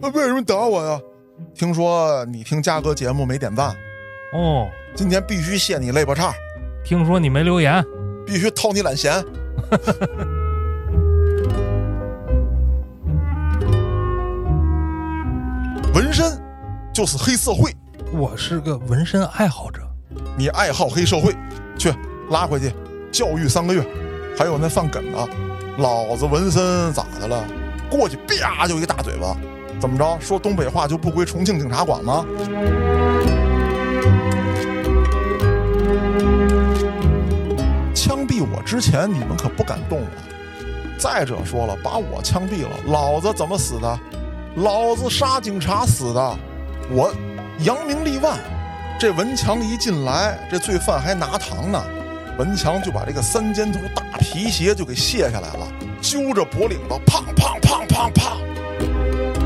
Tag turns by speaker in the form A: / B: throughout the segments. A: 那为什么打我呀？听说你听嘉哥节目没点赞，
B: 哦，
A: 今天必须卸你肋巴叉，
B: 听说你没留言，
A: 必须掏你懒弦。 纹身就是黑社会，
B: 我是个纹身爱好者。
A: 你爱好黑社会，去拉回去教育三个月。还有那犯梗的，老子纹身咋的了？过去啪就一大嘴巴，怎么着？说东北话就不归重庆警察管吗？枪毙我之前，你们可不敢动我。再者说了，把我枪毙了，老子怎么死的？老子杀警察死的，我扬名立万。这文强一进来，这罪犯还拿糖呢。文强就把这个三尖头大皮鞋就给卸下来了，揪着脖领子，砰砰砰砰砰。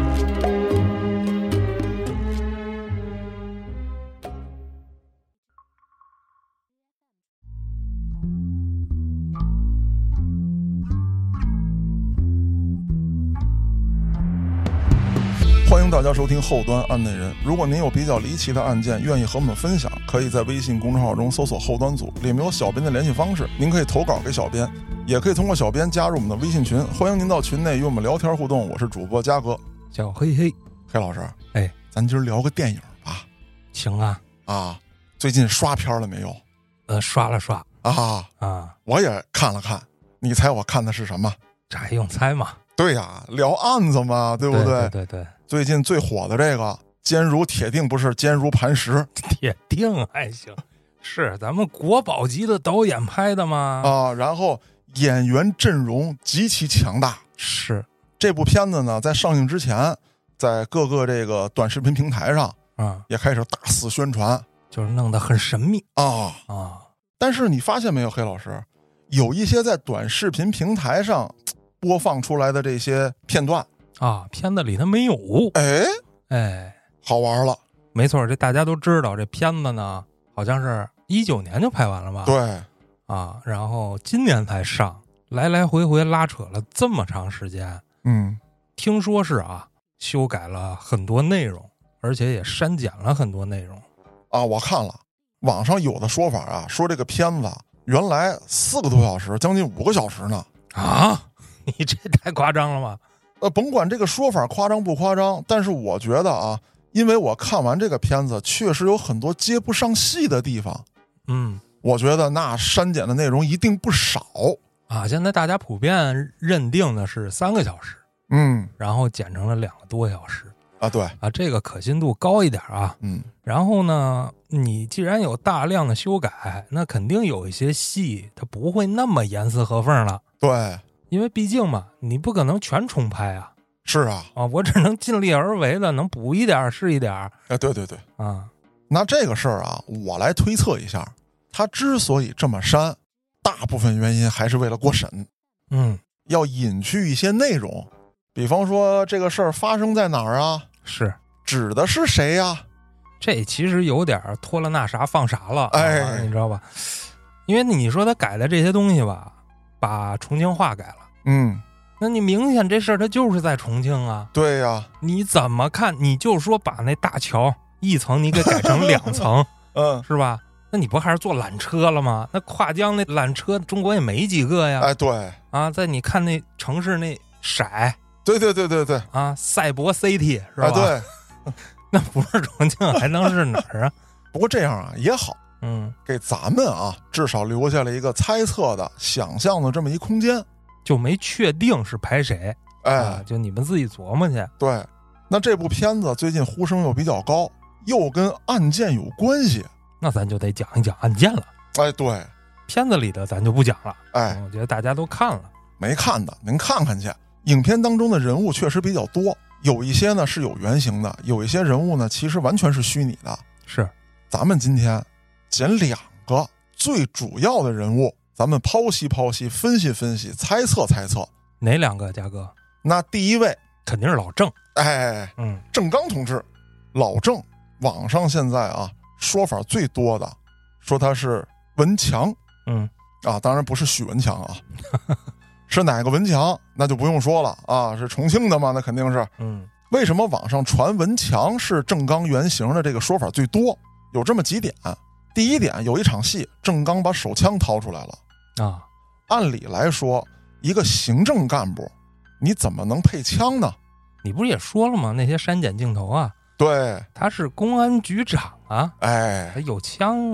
A: 欢迎大家收听后端案内人。如果您有比较离奇的案件，愿意和我们分享，可以在微信公众号中搜索“后端组”，里面有小编的联系方式，您可以投稿给小编，也可以通过小编加入我们的微信群。欢迎您到群内与我们聊天互动。我是主播嘉哥，
B: 小黑黑，
A: 黑老师，
B: 哎，
A: 咱今儿聊个电影吧。
B: 行啊，
A: 啊，最近刷片了没有？
B: 呃，刷了刷
A: 啊，
B: 啊，
A: 我也看了看。你猜我看的是什么？
B: 这还用猜吗？
A: 对呀、聊案子嘛，对不
B: 对对对，
A: 最近最火的这个，坚如铁定不是坚如磐石。
B: 铁定还行，是咱们国宝级的导演拍的吗？
A: 啊，然后演员阵容极其强大。
B: 是
A: 这部片子呢，在上映之前，在各个这个短视频平台上
B: 啊，
A: 也开始大肆宣传
B: 就是弄得很神秘
A: 啊。
B: 啊，
A: 但是你发现没有，黑老师，有一些在短视频平台上嘖播放出来的这些片段，
B: 啊，片子里它没有。
A: 哎，
B: 哎，
A: 好玩了。
B: 没错，这大家都知道，这片子呢，好像是一九年就拍完了吧？
A: 对，
B: 啊，然后今年才上，来来回回拉扯了这么长时间，
A: 嗯，
B: 听说是啊，修改了很多内容，而且也删减了很多内容。
A: 啊，我看了，网上有的说法啊，说这个片子原来四个多小时，将近五个小时呢。
B: 啊， 你这太夸张了吧？
A: 呃，甭管这个说法夸张不夸张，但是我觉得啊，因为我看完这个片子，确实有很多接不上戏的地方。
B: 嗯，
A: 我觉得那删减的内容一定不少。
B: 啊，现在大家普遍认定的是三个小时，
A: 嗯，
B: 然后减成了两个多小时
A: 啊，对，
B: 啊，这个可信度高一点啊。
A: 嗯，
B: 然后呢，你既然有大量的修改，那肯定有一些戏它不会那么严丝合缝了，
A: 对，
B: 因为毕竟嘛，你不可能全重拍啊。
A: 是啊，
B: 啊，我只能尽力而为的，能补一点儿是一点儿
A: 哎，对对对。
B: 啊。
A: 那这个事儿啊，我来推测一下，他之所以这么删，大部分原因还是为了过审，
B: 嗯，
A: 要隐去一些内容，比方说这个事儿发生在哪儿啊，
B: 是
A: 指的是谁呀、
B: 这其实有点儿拖了那啥放啥了，啊，
A: 哎
B: 你知道吧？因为你说他改的这些东西吧，把重庆话改了，
A: 嗯，
B: 那你明显这事儿它就是在重庆啊。
A: 对呀、
B: 你怎么看？你就说把那大桥一层你给改成两 层，
A: 嗯，
B: 是吧？那你不还是坐缆车了吗？那跨江那缆车，中国也没几个呀。
A: 哎，对，
B: 啊，在你看那城市那色
A: 对对对对对，
B: 啊，赛博 City 是吧？
A: 啊，对。
B: 那不是重庆，还能是哪儿啊？
A: 不过这样啊也好，
B: 嗯，
A: 给咱们啊至少留下了一个猜测的、想象的这么一空间。
B: 就没确定是拍谁，
A: 哎，
B: 啊，就你们自己琢磨去。
A: 对，那这部片子最近呼声又比较高，又跟案件有关系。
B: 那咱就得讲一讲案件了，
A: 哎，对，
B: 片子里的咱就不讲了。
A: 哎，
B: 我觉得大家都看了，
A: 没看的您看看去。影片当中的人物确实比较多，有一些呢是有原型的，有一些人物呢其实完全是虚拟的。
B: 是
A: 咱们今天捡两个最主要的人物，咱们剖析剖析，分析分析，猜测猜测。
B: 哪两个？嘉哥，
A: 那第一位，
B: 肯定是老郑。
A: 哎，
B: 嗯，
A: 郑刚同志，老郑，网上现在啊说法最多的，说他是文强
B: 嗯，
A: 啊，当然不是许文强啊， 是哪个文强那就不用说了啊，是重庆的嘛，那肯定是。
B: 嗯，
A: 为什么网上传文强是郑刚原型的这个说法最多？有这么几点。第一点，有一场戏，郑刚把手枪掏出来了。
B: 啊，
A: 按理来说，一个行政干部，你怎么能配枪呢？
B: 你不是也说了吗？那些删减镜头啊，
A: 对，
B: 他是公安局长啊，
A: 哎
B: 他，有枪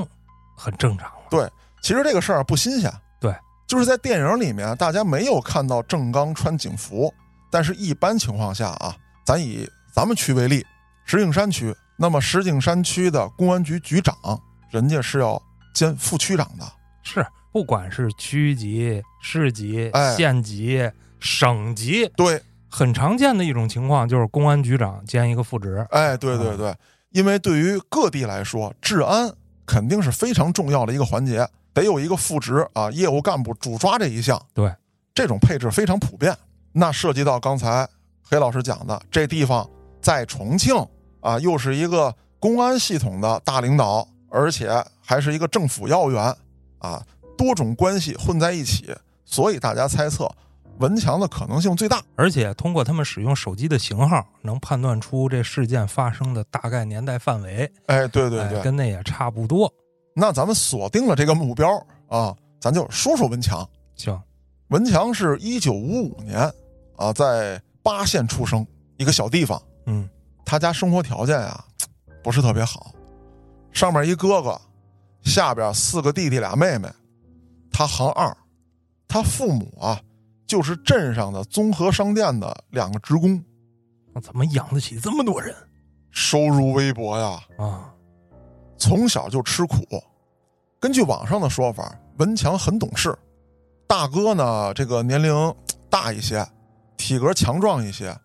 B: 很正常了。
A: 其实这个事儿不新鲜。
B: 对，
A: 就是在电影里面，啊大家没有看到郑刚穿警服，但是一般情况下啊，咱以咱们区为例，石景山区，那么石景山区的公安局局长，人家是要兼副区长的。
B: 是，不管是区级、市级、
A: 哎
B: 县级、省级，
A: 对，
B: 很常见的一种情况就是公安局长兼一个副职。
A: 哎，对对对，因为对于各地来说，治安肯定是非常重要的一个环节，得有一个副职啊，业务干部主抓这一项。
B: 对，
A: 这种配置非常普遍。那涉及到刚才黑老师讲的，这地方在重庆啊，又是一个公安系统的大领导，而且还是一个政府要员啊，多种关系混在一起，所以大家猜测文强的可能性最大。
B: 而且通过他们使用手机的型号，能判断出这事件发生的大概年代范围，
A: 哎，对对对，
B: 哎，跟那也差不多。
A: 那咱们锁定了这个目标啊，咱就说说文强。
B: 行，
A: 文强是一九五五年啊，在巴县出生，一个小地方。
B: 嗯，
A: 他家生活条件啊，不是特别好。上面一哥哥，下边四个弟弟俩妹妹。他行二，他父母啊，就是镇上的综合商店的两个职工，
B: 那怎么养得起这么多人
A: 收入微薄呀。
B: 啊？
A: 从小就吃苦。根据网上的说法，文强很懂事，大哥呢这个年龄嘖大一些，体格强壮一些，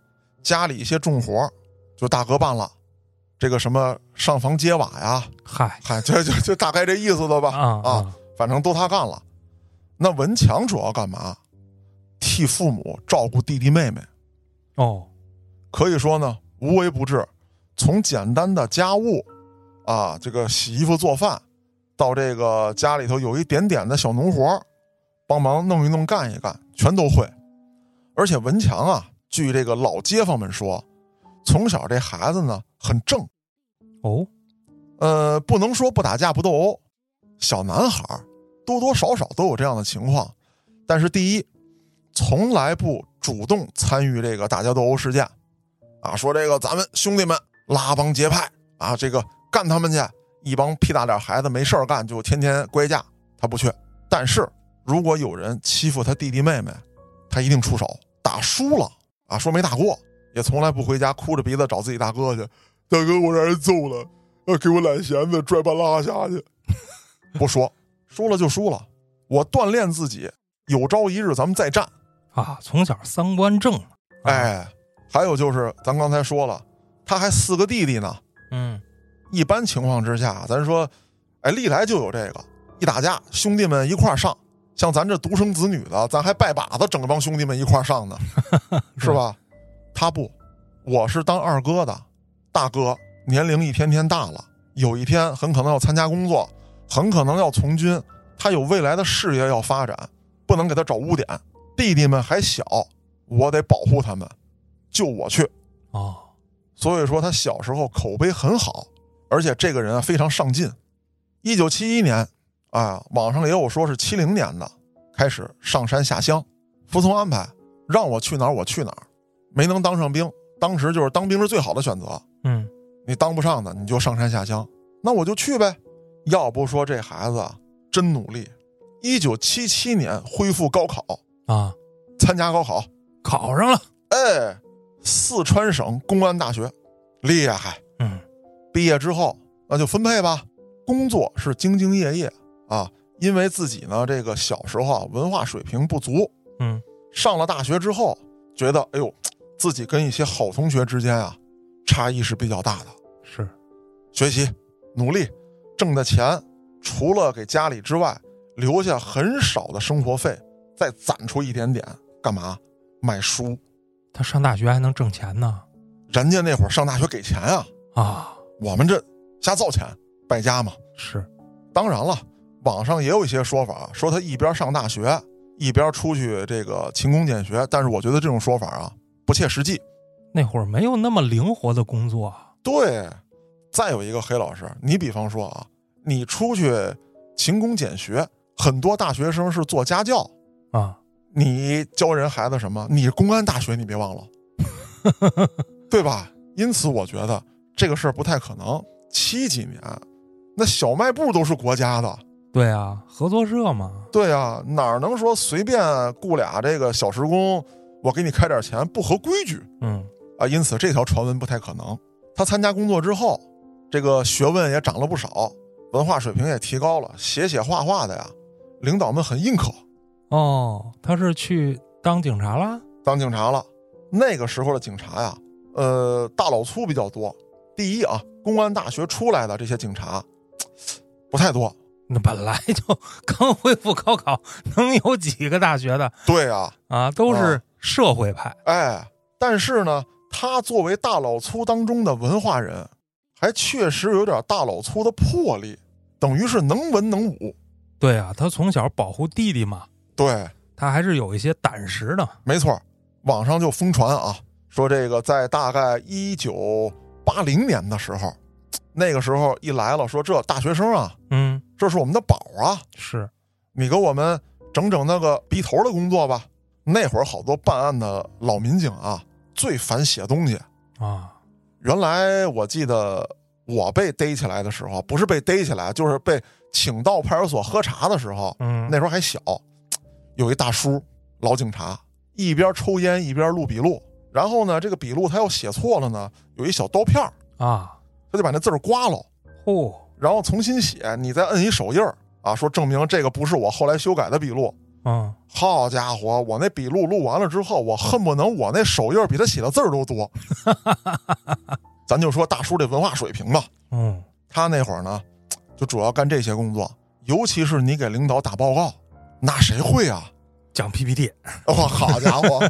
A: 家里一些重活就大哥办了，这个什么上房揭瓦呀，
B: 嗨
A: 嗨，就就就大概这意思了吧
B: 啊啊
A: 反正都他干了。那文强主要干嘛？替父母照顾弟弟妹妹，
B: 哦，
A: 可以说呢无微不至，从简单的家务啊，这个洗衣服做饭，到这个家里头有一点点的小农活儿，帮忙弄一弄干一干，全都会。而且文强啊，据这个老街坊们说，从小这孩子呢很正，
B: 哦，
A: 呃，不能说不打架不斗殴，小男孩儿多多少少都有这样的情况。但是第一，从来不主动参与这个打架斗殴事件，啊，说这个咱们兄弟们拉帮结派啊，这个干他们去，一帮屁大点孩子没事儿干就天天乖架，他不去。但是如果有人欺负他弟弟妹妹，他一定出手，打输了啊，说没打过，也从来不回家哭着鼻子找自己大哥去，大哥我让人揍了。呃，给我揽弦子，拽半拉下去。不说，输了就输了。我锻炼自己，有朝一日咱们再战。
B: 啊，从小三观正了。啊，
A: 哎，还有就是，咱刚才说了，他还四个弟弟呢。
B: 嗯，
A: 一般情况之下，咱说，哎，历来就有这个，一打架，兄弟们一块儿上。像咱这独生子女的，咱还拜把子，整帮兄弟们一块儿上呢，是吧？他不，我是当二哥的，大哥年龄一天天大了，有一天很可能要参加工作，很可能要从军，他有未来的事业要发展，不能给他找污点。弟弟们还小，我得保护他们，就我去。
B: 哦，
A: 所以说他小时候口碑很好，而且这个人啊非常上进。一九七一年啊，网上也有说是七零年的，开始上山下乡，服从安排，让我去哪儿我去哪儿，没能当上兵，当时就是当兵是最好的选择。
B: 嗯，
A: 你当不上的，你就上山下乡。那我就去呗。要不说这孩子啊真努力。一九七七年恢复高考，
B: 啊，
A: 参加高考，
B: 考上了。
A: 哎，四川省公安大学，厉害。
B: 嗯，
A: 毕业之后，那就分配吧。工作是兢兢业业啊，因为自己呢这个小时候啊文化水平不足，
B: 嗯，
A: 上了大学之后觉得，哎呦，自己跟一些好同学之间啊差异是比较大的。
B: 是，
A: 学习努力，挣的钱除了给家里之外，留下很少的生活费，再攒出一点点，干嘛？买书。
B: 他上大学还能挣钱呢。
A: 人家那会儿上大学给钱啊，
B: 啊，
A: 我们这瞎造钱，败家嘛。
B: 是，
A: 当然了，网上也有一些说法，说他一边上大学，一边出去这个勤工俭学，但是我觉得这种说法啊不切实际。
B: 那会儿没有那么灵活的工作啊，
A: 对，再有一个黑老师，你比方说啊，你出去勤工俭学，很多大学生是做家教，
B: 啊，
A: 你教人孩子什么？你是公安大学，你别忘了，对吧？因此，我觉得这个事儿不太可能。七几年，那小卖部都是国家的，
B: 对啊，合作社嘛，
A: 对啊，哪能说随便雇俩这个小时工，我给你开点钱，不合规矩
B: 嗯
A: 啊？因此，这条传闻不太可能。他参加工作之后，这个学问也长了不少，文化水平也提高了，写写画画的呀，领导们很认可。
B: 哦，他是去当警察啦，
A: 当警察了。那个时候的警察呀，呃，大老粗比较多。第一啊，公安大学出来的这些警察不太多。
B: 那本来就刚恢复高考，能有几个大学的
A: 对啊，
B: 啊？都是社会派，
A: 哎，但是呢，他作为大老粗当中的文化人，还确实有点大老粗的魄力，等于是能文能武。
B: 对啊，他从小保护弟弟嘛，
A: 对，
B: 他还是有一些胆识的，
A: 没错儿，网上就疯传啊，说这个在大概一九八零年的时候，那个时候一来了，说这大学生啊，
B: 嗯，
A: 这是我们的宝啊，
B: 是，
A: 你给我们整整那个鼻头的工作吧。那会儿好多办案的老民警啊，最烦写东西。
B: 啊，
A: 原来我记得我被逮起来的时候，不是被逮起来，就是被请到派出所喝茶的时候，
B: 嗯，
A: 那时候还小，有一大叔老警察，一边抽烟一边录笔录，然后呢，这个笔录他要写错了呢，有一小刀片儿
B: 啊，
A: 他就把那字儿刮了，
B: 嚯、
A: 然后重新写，你再摁一手印儿啊，说证明这个不是我后来修改的笔录。
B: 嗯，
A: 好家伙，我那笔录录完了之后，我恨不能我那手印比他写的字儿都多。咱就说大叔这文化水平吧，
B: 嗯，
A: 他那会儿呢，就主要干这些工作，尤其是你给领导打报告，那谁会啊？
B: 讲 PPT，
A: 我、好家伙，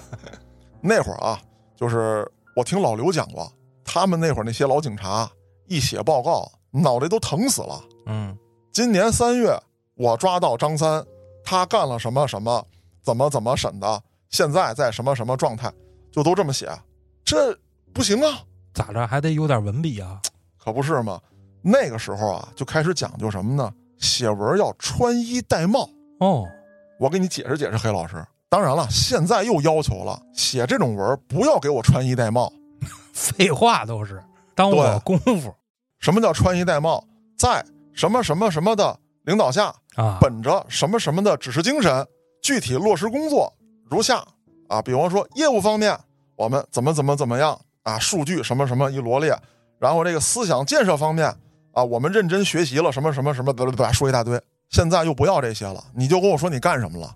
A: 那会儿啊，就是我听老刘讲过，他们那会儿那些老警察一写报告，脑袋都疼死了。
B: 嗯，
A: 今年三月我抓到张三，他干了什么什么，怎么怎么审的，现在在什么什么状态，就都这么写，这不行啊，
B: 咋着还得有点文笔啊，
A: 可不是嘛。那个时候啊，就开始讲究什么呢？写文要穿衣戴帽。
B: 哦，
A: 我给你解释解释，黑老师。当然了，现在又要求了，写这种文不要给我穿衣戴帽。
B: 废话都是当我
A: 对
B: 功夫
A: 什么叫穿衣戴帽？在什么什么什么的领导下，
B: 啊，
A: 本着什么什么的指示精神，具体落实工作如下啊，比方说业务方面，我们怎么怎么怎么样啊，数据什么什么一罗列，然后这个思想建设方面啊，我们认真学习了什么什么什么，对吧？说一大堆。现在又不要这些了，你就跟我说你干什么了？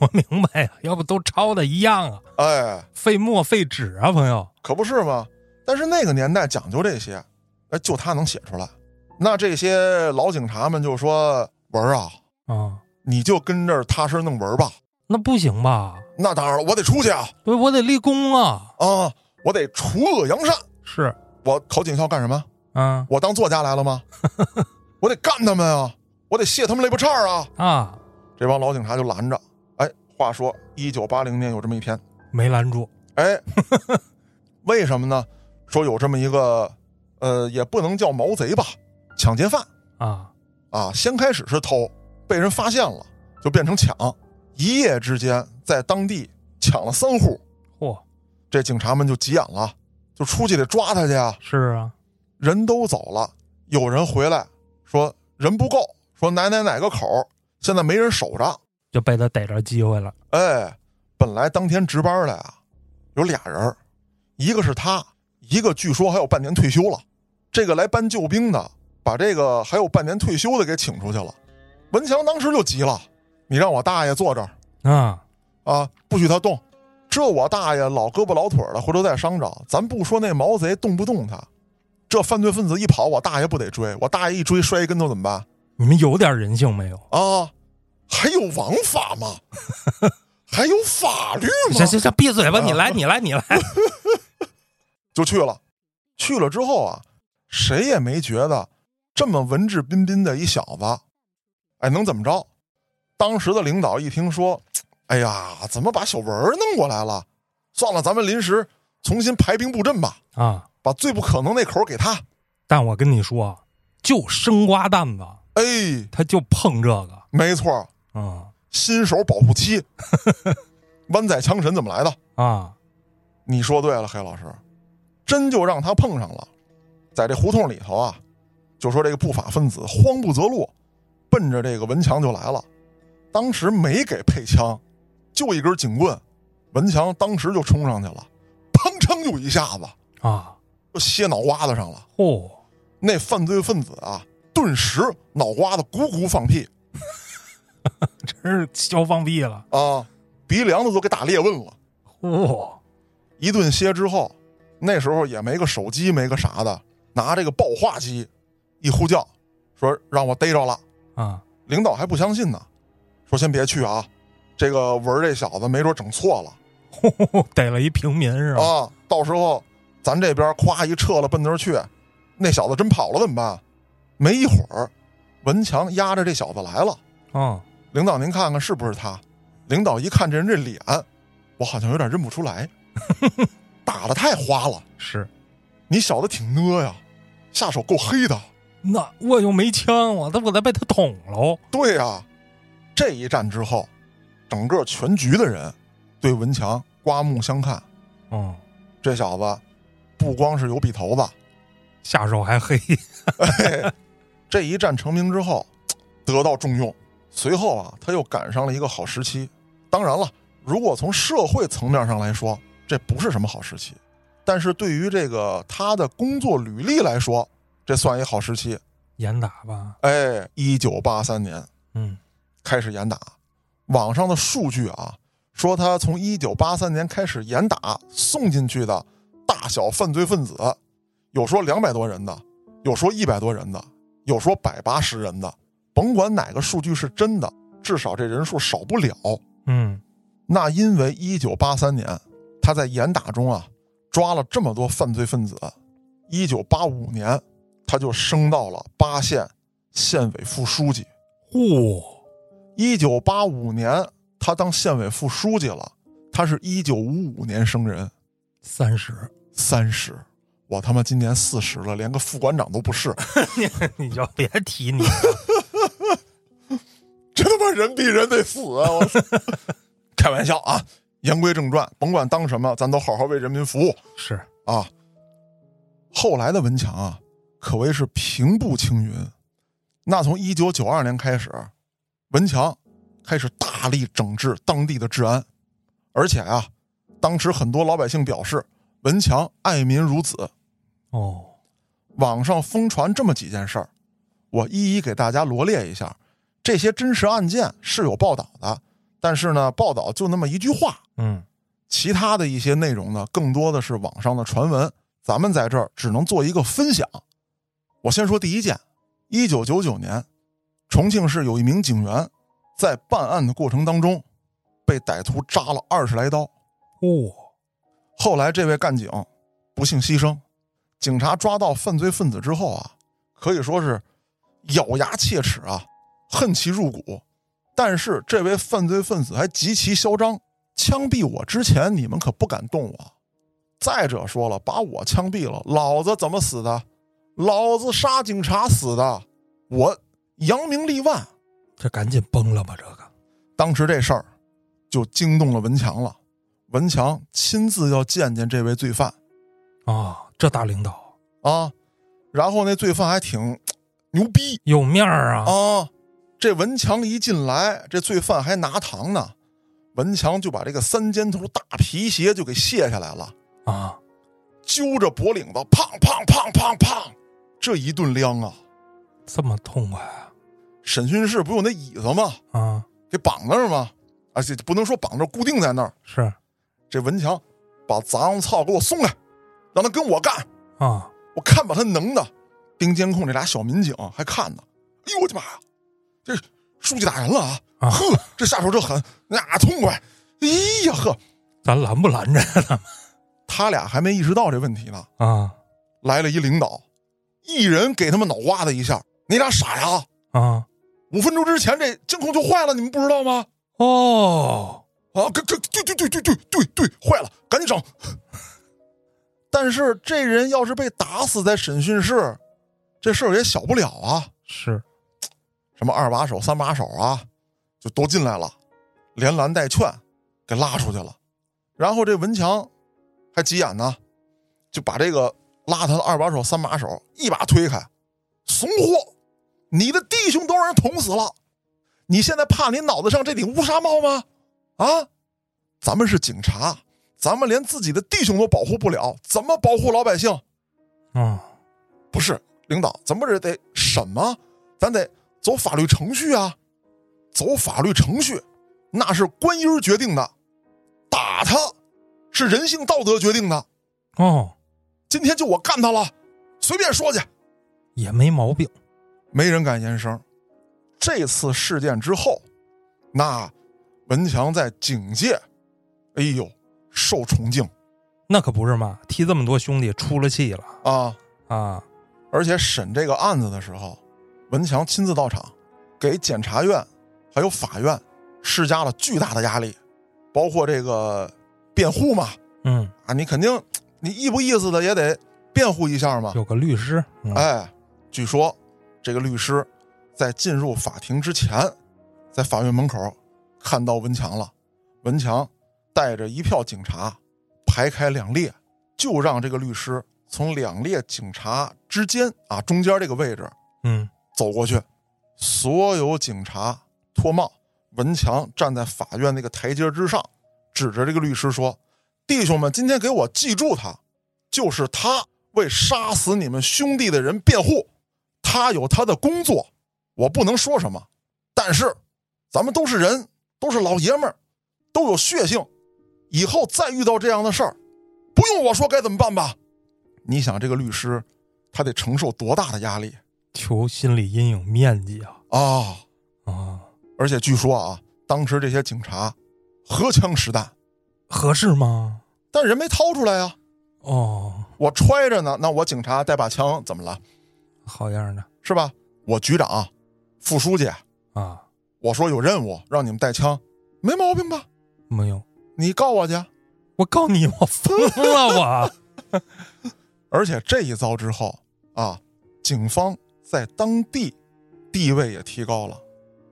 B: 我明白呀、要不都抄的一样啊，
A: 哎，
B: 费墨费纸啊，朋友，
A: 可不是吗？但是那个年代讲究这些，哎，就他能写出来。那这些老警察们就说：“文儿啊，
B: 啊，
A: 你就跟这儿踏实弄文儿吧。
B: 那不行吧？”
A: 那当然了，我得出去啊。
B: 对，我得立功啊，
A: 啊，我得除恶扬善。
B: 是，
A: 我考警校干什么？
B: 啊
A: 我当作家来了吗？我得干他们啊！我得卸他们肋巴叉啊！
B: 啊，
A: 这帮老警察就拦着。哎，话说一九八零年有这么一天，
B: 没拦住，
A: 哎，为什么呢？说有这么一个，呃，也不能叫毛贼吧，抢劫犯
B: 啊，
A: 啊。先开始是偷，被人发现了，就变成抢，一夜之间在当地抢了三户。
B: 嚯、
A: 这警察们就急眼了，就出去得抓他去啊！
B: 是啊，
A: 人都走了，有人回来说人不够，说哪哪哪个口儿现在没人守着。
B: 就被他逮着机会了，
A: 哎，本来当天值班的呀，有俩人儿，一个是他，一个据说还有半年退休了。这个来搬救兵的，把这个还有半年退休的给请出去了。文强当时就急了：“你让我大爷坐这儿
B: 啊，
A: 啊，不许他动！这我大爷老胳膊老腿儿的，回头再商量。咱不说那毛贼动不动他，这犯罪分子一跑，我大爷不得追？我大爷一追摔一跟头怎么办？
B: 你们有点人性没有？
A: 啊，还有王法吗？还有法律
B: 行
A: 吗？
B: 行行，闭嘴吧，你来，你来，你来，
A: 就去了，去了之后啊，谁也没觉得这么文质彬彬的一小子，哎，能怎么着？当时的领导一听说，哎呀，怎么把小文儿弄过来了？算了，咱们临时重新排兵布阵吧，
B: 啊！
A: 把最不可能那口儿给他。
B: 但我跟你说，啊就生瓜蛋子，
A: 哎，
B: 他就碰这个，
A: 没错儿，
B: 嗯
A: 新手保护期， 湾仔枪神怎么来的？
B: 啊，
A: 你说对了，黑老师，真就让他碰上了。在这胡同里头啊，就说这个不法分子慌不择路，奔着这个文强就来了。当时没给配枪，就一根警棍，文强当时就冲上去了，砰砰就一下子
B: 啊，
A: 就歇脑瓜子上了。
B: 嚯、
A: 那犯罪分子啊，顿时脑瓜子咕咕放屁
B: 真是消放屁了，
A: 啊，鼻梁子都给打裂纹了。
B: 嚯、
A: 一顿歇之后，那时候也没个手机，没个啥的，拿这个报话机一呼叫，说让我逮着了。
B: 啊！
A: 领导还不相信呢，说先别去啊，这个文儿这小子没准整错了
B: 逮了一平民是吧？
A: 啊，到时候咱这边夸一撤了，奔那儿去，那小子真跑了怎么办？没一会儿，文强压着这小子来了。
B: 嗯，
A: 领导您看看是不是他？领导一看这人这脸，我好像有点认不出来， 打的太花了。
B: 是。
A: 你小子挺呢呀，下手够黑的。
B: 那我又没枪，我他我得被他捅哦喽！
A: 对呀、这一战之后，整个全局的人对文强刮目相看。
B: 嗯，
A: 这小子不光是有笔头子，
B: 下手还黑，
A: 这一战成名之后，得到重用。随后啊，他又赶上了一个好时期。当然了，如果从社会层面上来说，这不是什么好时期。但是对于这个他的工作履历来说，这算一好时期。
B: 严打吧？
A: 哎，一九八三年，
B: 嗯，
A: 开始严打。网上的数据啊，说他从一九八三年开始严打送进去的大小犯罪分子，有说两百多人的，有说一百多人的，有说百八十人的，甭管哪个数据是真的，至少这人数少不了。
B: 嗯，
A: 那因为一九八三年他在严打中啊抓了这么多犯罪分子，一九八五年他就升到了巴县县委副书记。
B: 嚯、
A: 一九八五年，他当县委副书记了。他是一九五五年生人，
B: 三十，
A: 三十。我他妈今年四十了，连个副馆长都不是，
B: 你你就别提你了
A: 这他妈人比人得死啊！我操 开玩笑啊！言归正传，甭管当什么，咱都好好为人民服务
B: 是
A: 啊！后来的文强啊，可谓是平步青云。那从一九九二年开始，文强开始大力整治当地的治安，而且啊，当时很多老百姓表示，文强爱民如子。
B: 哦，
A: 网上疯传这么几件事儿，我一一给大家罗列一下。这些真实案件是有报道的，但是呢，报道就那么一句话，
B: 嗯，
A: 其他的一些内容呢，更多的是网上的传闻，咱们在这儿只能做一个分享。我先说第一件，一九九九年，重庆市有一名警员在办案的过程当中被歹徒扎了二十来刀，
B: 嚯、
A: 后来这位干警不幸牺牲。警察抓到犯罪分子之后啊，可以说是咬牙切齿啊，恨其入骨。但是这位犯罪分子还极其嚣张，枪毙我之前你们可不敢动我。再者说了，把我枪毙了，老子怎么死的？老子杀警察死的，我扬名立万。
B: 这赶紧崩了吧这个！
A: 当时这事儿就惊动了文强了，文强亲自要见见这位罪犯。
B: 啊、这大领导
A: 啊，然后那罪犯还挺牛逼
B: 有面儿啊！
A: 啊。这文强一进来，这罪犯还拿糖呢，文强就把这个三尖头大皮鞋就给卸下来了，
B: 啊，
A: 揪着脖领子，砰砰砰砰砰，这一顿量啊！
B: 这么痛快啊！
A: 审讯室不有那椅子吗？
B: 啊，
A: 给绑那儿吗？而且不能说绑那儿，固定在那儿。
B: 是
A: 这文强把杂操给我松开，让他跟我干。
B: 啊，
A: 我看把他能的，盯监控这俩小民警还看呢。哎呦我的妈呀，这书记打人了啊！
B: 啊
A: 呵，这下手这狠，那痛快！哎呀呵，
B: 咱拦不拦着他们
A: 他俩还没意识到这问题呢，
B: 啊？
A: 来了一领导，一人给他们脑瓜子一下。你俩傻呀？
B: 啊，
A: 五分钟之前这监控就坏了，你们不知道吗？
B: 哦，
A: 啊，跟跟对对对对对对对，坏了，赶紧整！但是这人要是被打死在审讯室，这事儿也小不了啊。
B: 是，
A: 什么二把手、三把手啊，就都进来了，连拦带劝，给拉出去了。然后这文强还急眼呢，就把这个拉他的二把手、三把手一把推开，怂货，你的弟兄都让人捅死了，你现在怕你脑子上这顶乌纱帽吗？啊，咱们是警察，咱们连自己的弟兄都保护不了，怎么保护老百姓？
B: 嗯，
A: 不是领导，咱不是得审吗？咱得走法律程序啊，走法律程序，那是官音儿决定的，打他是人性道德决定的。
B: 哦，
A: 今天就我干他了，随便说去，
B: 也没毛病。
A: 没人敢言声。这次事件之后，那文强在警界，哎呦，受崇敬
B: 那可不是嘛，替这么多兄弟出了气了
A: 啊。
B: 啊！
A: 而且审这个案子的时候，文强亲自到场，给检察院还有法院施加了巨大的压力，包括这个辩护嘛，
B: 嗯，
A: 啊，你肯定你意不意思的也得辩护一下嘛。
B: 有个律师，嗯、
A: 哎，据说这个律师在进入法庭之前，在法院门口看到文强了，文强带着一票警察排开两列，就让这个律师从两列警察之间啊中间这个位置
B: 嗯，
A: 走过去，所有警察脱帽，文强站在法院那个台阶之上，指着这个律师说：“弟兄们，今天给我记住他，就是他为杀死你们兄弟的人辩护，他有他的工作，我不能说什么。但是，咱们都是人，都是老爷们儿，都有血性，以后再遇到这样的事儿，不用我说该怎么办吧？你想，这个律师他得承受多大的压力
B: 求心理阴影面积啊
A: 啊！”
B: 啊，
A: 而且据说啊，当时这些警察荷枪实弹，
B: 合适吗？
A: 但人没掏出来啊。
B: 哦，
A: 我揣着呢，那我警察带把枪怎么了？
B: 好样的
A: 是吧？我局长、副书记，
B: 啊！
A: 我说有任务让你们带枪，没毛病吧？
B: 没有，
A: 你告我去。
B: 我告你，我疯了
A: 而且这一遭之后啊，警方在当地地位也提高了，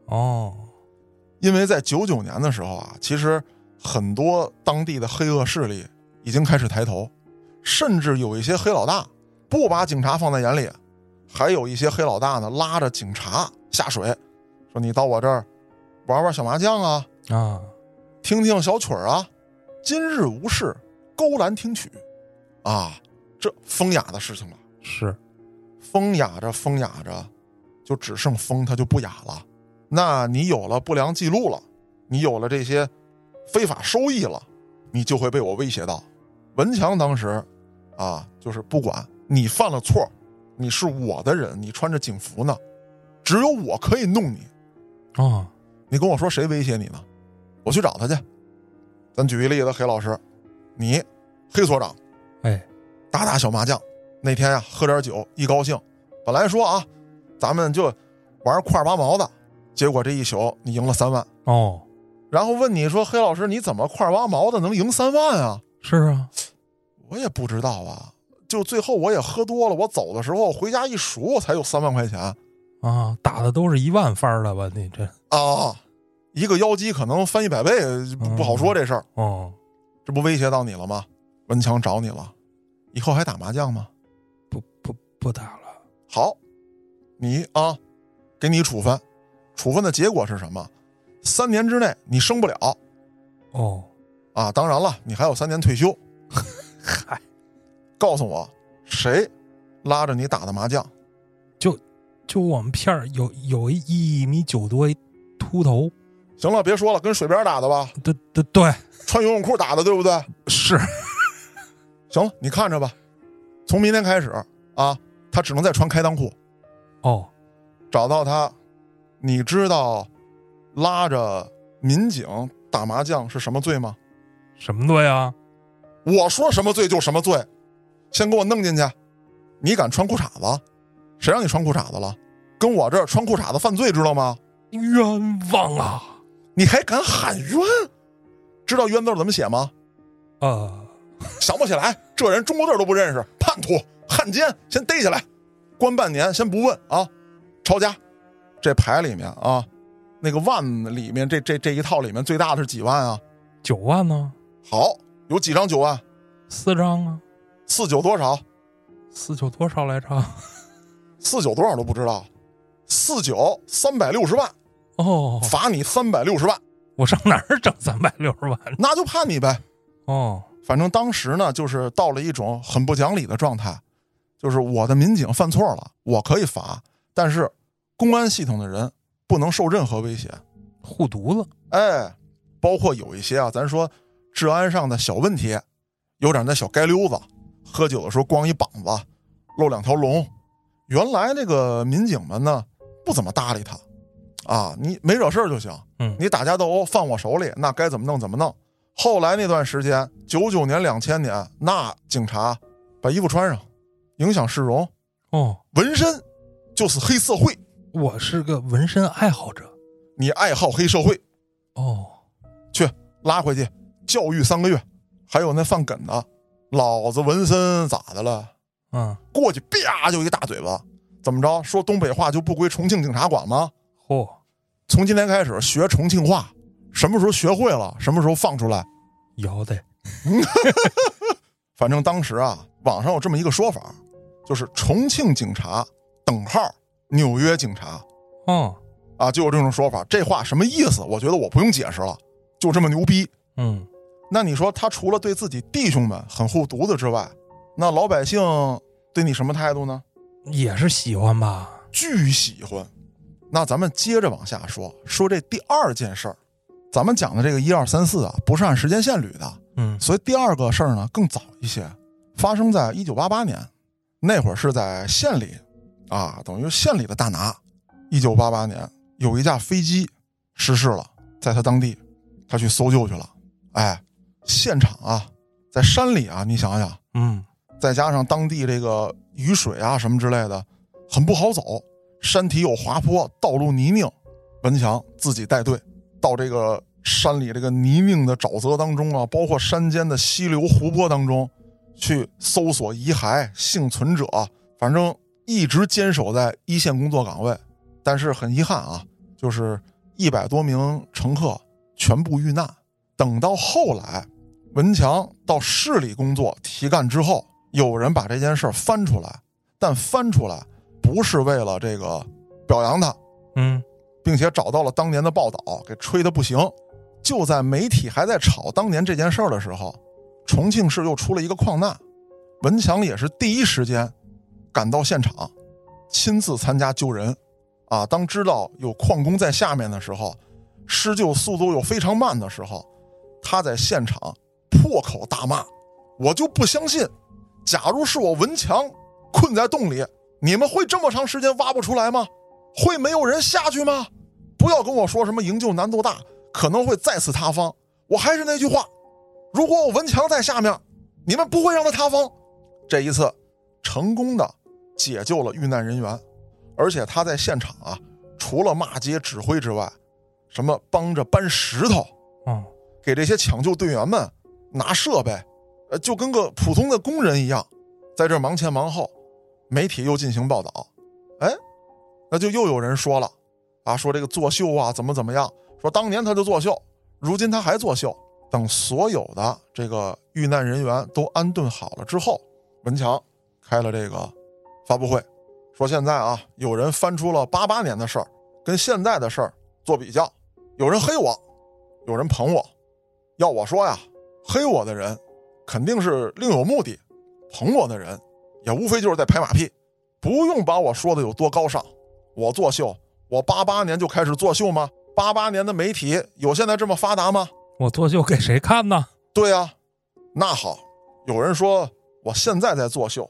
B: 我！ 哦，
A: 因为在九九年的时候啊，其实很多当地的黑恶势力已经开始抬头，甚至有一些黑老大不把警察放在眼里，还有一些黑老大呢拉着警察下水，说你到我这儿玩玩小麻将啊，
B: 啊，
A: 听听小曲儿啊，今日无事，勾栏听曲，啊，这风雅的事情了，
B: 是，
A: 风雅着风雅着，就只剩风，它就不雅了。那你有了不良记录了，你有了这些非法收益了，你就会被我威胁到。文强当时啊，就是不管你犯了错，你是我的人，你穿着警服呢，只有我可以弄你。
B: 哦，
A: 你跟我说谁威胁你呢？我去找他去。咱举一例子，黑老师，你黑所长
B: 哎，
A: 打打小麻将，那天呀、喝点酒，一高兴，本来说啊，咱们就玩块儿八毛的，结果这一宿你赢了三万，
B: 哦，
A: 然后问你说黑老师你怎么块儿八毛的能赢三万啊？
B: 是啊，
A: 我也不知道啊，就最后我也喝多了，我走的时候回家一数才有三万块钱
B: 啊，打的都是一万番儿了吧？你这，
A: 啊，一个妖姬可能翻一百倍，不不好说这事儿。
B: 哦，
A: 这不威胁到你了吗？文强找你了，以后还打麻将吗？
B: 不不不打了，
A: 好，你啊，给你处分，处分的结果是什么？三年之内你升不了
B: 哦，
A: 啊！当然了，你还有三年退休。
B: 嗨，
A: 告诉我，谁拉着你打的麻将？
B: 就我们片儿有有一一米九多一秃头，
A: 行了，别说了，跟水边打的吧，
B: 对对对，
A: 穿游泳裤打的，对不对？
B: 是，
A: 行了，你看着吧。从明天开始啊，他只能再穿开裆裤。
B: 哦，
A: 找到他，你知道拉着民警打麻将是什么罪吗？
B: 什么队啊？
A: 我说什么罪就什么罪，先给我弄进去！你敢穿裤衩子？谁让你穿裤衩子了？跟我这儿穿裤衩子犯罪，知道吗？
B: 冤枉啊！
A: 你还敢喊冤？知道冤字怎么写吗？
B: 呃，
A: 想不起来，这人中国字都不认识，叛徒、汉奸，先逮起来，关半年，先不问啊，抄家。这牌里面啊，那个万里面这这这一套里面最大的是几万啊？
B: 九万呢，
A: 好，有几张九万？
B: 四张啊，
A: 四九多少？
B: 四九多少来着？
A: 四九多少都不知道，四九三百六十万，
B: 哦，
A: 罚你三百六十万，
B: 我上哪儿整三百六十万呢？
A: 那就判你呗。
B: 哦，
A: 反正当时呢，就是到了一种很不讲理的状态，就是我的民警犯错了，我可以罚，但是公安系统的人不能受任何威胁。
B: 护犊子，
A: 哎，包括有一些啊，咱说治安上的小问题，有点那小街溜子，喝酒的时候光一膀子，露两条龙。原来那个民警们呢，不怎么搭理他，啊，你没惹事儿就行，
B: 嗯
A: 你打架斗殴犯我手里，那该怎么弄怎么弄。后来那段时间，九九年、两千年，那警察把衣服穿上，影响市容，
B: 哦，
A: 纹身就是黑社会，
B: 我是个纹身爱好者，
A: 你爱好黑社会，
B: 哦，
A: 去拉回去教育三个月。还有那犯梗的，老子纹身咋的了？
B: 嗯，
A: 过去啪就一大嘴巴，怎么着？说东北话就不归重庆警察管吗？
B: 嚯、
A: 从今天开始学重庆话，什么时候学会了，什么时候放出来。
B: 摇的，
A: 反正当时啊，网上有这么一个说法，就是重庆警察等号纽约警察
B: 哦，
A: 啊，就有这种说法。这话什么意思？我觉得我不用解释了，就这么牛逼。
B: 嗯，
A: 那你说他除了对自己弟兄们很护犊子之外，那老百姓对你什么态度呢？
B: 也是喜欢吧？
A: 巨喜欢。那咱们接着往下说，说这第二件事儿，咱们讲的这个一二三四啊，不是按时间线捋的，
B: 嗯，
A: 所以第二个事儿呢更早一些，发生在一九八八年，那会儿是在县里，啊，等于县里的大拿。一九八八年有一架飞机失事了，在他当地，他去搜救去了。哎，现场啊，在山里啊，你想想，
B: 嗯，
A: 再加上当地这个雨水啊什么之类的，很不好走，山体有滑坡，道路泥泞。文强自己带队到这个山里这个泥泞的沼泽当中啊，包括山间的溪流、湖泊当中，去搜索遗骸、幸存者，反正一直坚守在一线工作岗位。但是很遗憾啊，就是一百多名乘客全部遇难。等到后来，文强到市里工作提干之后，有人把这件事儿翻出来，但翻出来不是为了这个表扬他，
B: 嗯，
A: 并且找到了当年的报道，给吹的不行。就在媒体还在炒当年这件事儿的时候，重庆市又出了一个矿难，文强也是第一时间赶到现场，亲自参加救人。啊，当知道有矿工在下面的时候，施救速度又非常慢的时候，他在现场破口大骂：“我就不相信，假如是我文强困在洞里，你们会这么长时间挖不出来吗？会没有人下去吗？不要跟我说什么营救难度大，可能会再次塌方。我还是那句话，如果我文强在下面，你们不会让他塌方。这一次，成功的解救了遇难人员，而且他在现场啊，除了骂街指挥之外，什么帮着搬石头，
B: 哦，
A: 给这些抢救队员们拿设备，呃，就跟个普通的工人一样，在这儿忙前忙后。媒体又进行报道，哎，那就又有人说了，啊，说这个作秀啊，怎么怎么样，说当年他就作秀，如今他还作秀。等所有的这个遇难人员都安顿好了之后，文强开了这个发布会，说现在啊，有人翻出了八八年的事儿，跟现在的事儿做比较，有人黑我，有人捧我，要我说呀，黑我的人肯定是另有目的，捧我的人也无非就是在拍马屁，不用把我说的有多高尚。我作秀，我八八年就开始作秀吗？八八年的媒体有现在这么发达吗？
B: 我作秀给谁看呢？
A: 对呀、那好，有人说我现在在作秀，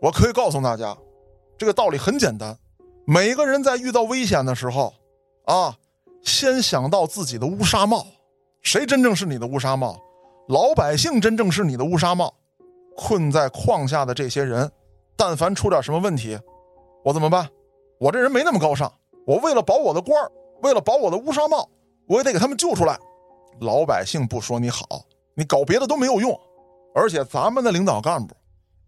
A: 我可以告诉大家，这个道理很简单，每个人在遇到危险的时候，啊，先想到自己的乌纱帽，谁真正是你的乌纱帽？老百姓真正是你的乌纱帽。困在矿下的这些人，但凡出点什么问题，我怎么办？我这人没那么高尚，我为了保我的官儿，为了保我的乌纱帽，我也得给他们救出来。老百姓不说你好，你搞别的都没有用。而且咱们的领导干部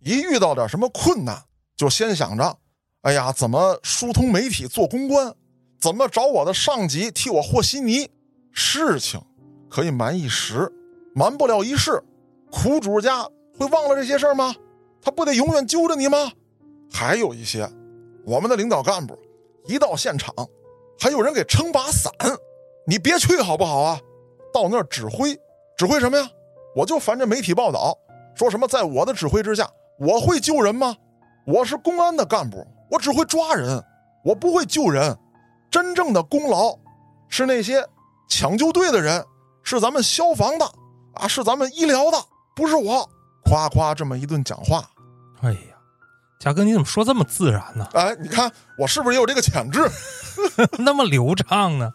A: 一遇到点什么困难，就先想着，哎呀，怎么疏通媒体做公关，怎么找我的上级替我和稀泥。事情可以瞒一时，瞒不了一世。苦主家会忘了这些事儿吗？他不得永远揪着你吗？还有一些，我们的领导干部一到现场，还有人给撑把伞，你别去好不好啊？到那儿指挥，指挥什么呀？我就烦这媒体报道，说什么在我的指挥之下，我会救人吗？我是公安的干部，我只会抓人，我不会救人。真正的功劳是那些抢救队的人，是咱们消防的啊，是咱们医疗的，不是我。夸夸这么一顿讲话，
B: 哎呀，贾哥你怎么说这么自然呢、
A: 哎，你看我是不是也有这个潜质？
B: 那么流畅呢？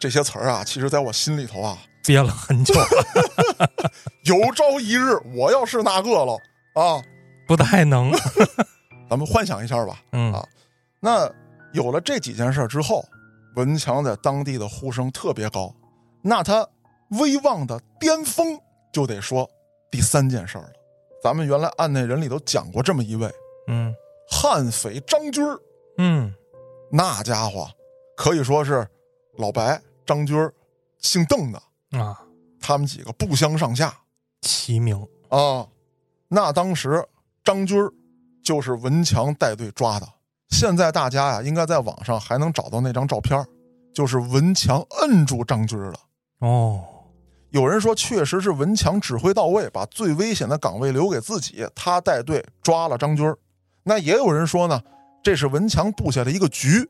A: 这些词儿啊，其实在我心里头啊，
B: 憋了 很久，
A: 有朝一日我要是那个了啊，
B: 不太能。
A: 咱们幻想一下吧。
B: 嗯
A: 啊那有了这几件事儿之后，文强在当地的呼声特别高。那他威望的巅峰就得说第三件事儿了。咱们原来案内人里头讲过这么一位
B: 嗯
A: 悍匪张军儿，
B: 嗯，
A: 那家伙可以说是老白、张军儿、姓邓的，
B: 啊，
A: 他们几个不相上下
B: 齐名。
A: 啊。那当时张军儿就是文强带队抓的。现在大家呀、应该在网上还能找到那张照片儿，就是文强摁住张军儿了。
B: 哦，
A: 有人说，确实是文强指挥到位，把最危险的岗位留给自己，他带队抓了张军儿。那也有人说呢，这是文强布下的一个局，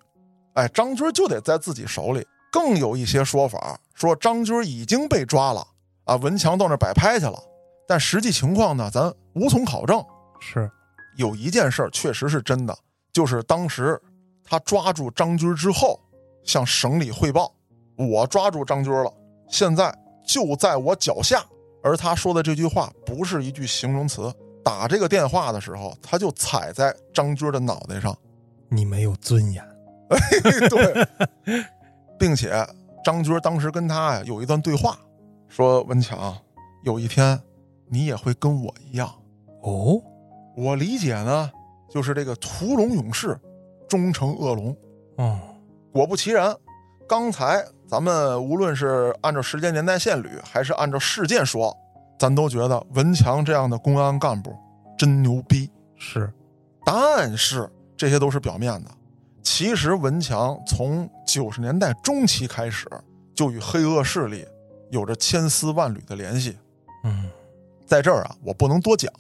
A: 哎，张军儿就得在自己手里。更有一些说法说张军儿已经被抓了啊，文强到那儿摆拍去了。但实际情况呢，咱无从考证。
B: 是
A: 有一件事儿确实是真的，就是当时他抓住张军之后，向省里汇报：“我抓住张军了，现在就在我脚下。”而他说的这句话不是一句形容词。打这个电话的时候，他就踩在张军的脑袋上，
B: 你没有尊严。
A: 对，并且张军当时跟他呀有一段对话，说：“文强，有一天你也会跟我一样。”
B: 哦，
A: 我理解呢，就是这个屠龙勇士终成恶龙。
B: 哦，
A: 果不其然，刚才咱们无论是按照时间年代线捋，还是按照事件说，咱都觉得文强这样的公安干部真牛逼。
B: 是
A: 但是这些都是表面的，其实文强从九十年代中期开始就与黑恶势力有着千丝万缕的联系。
B: 嗯
A: 在这儿啊，我不能多讲，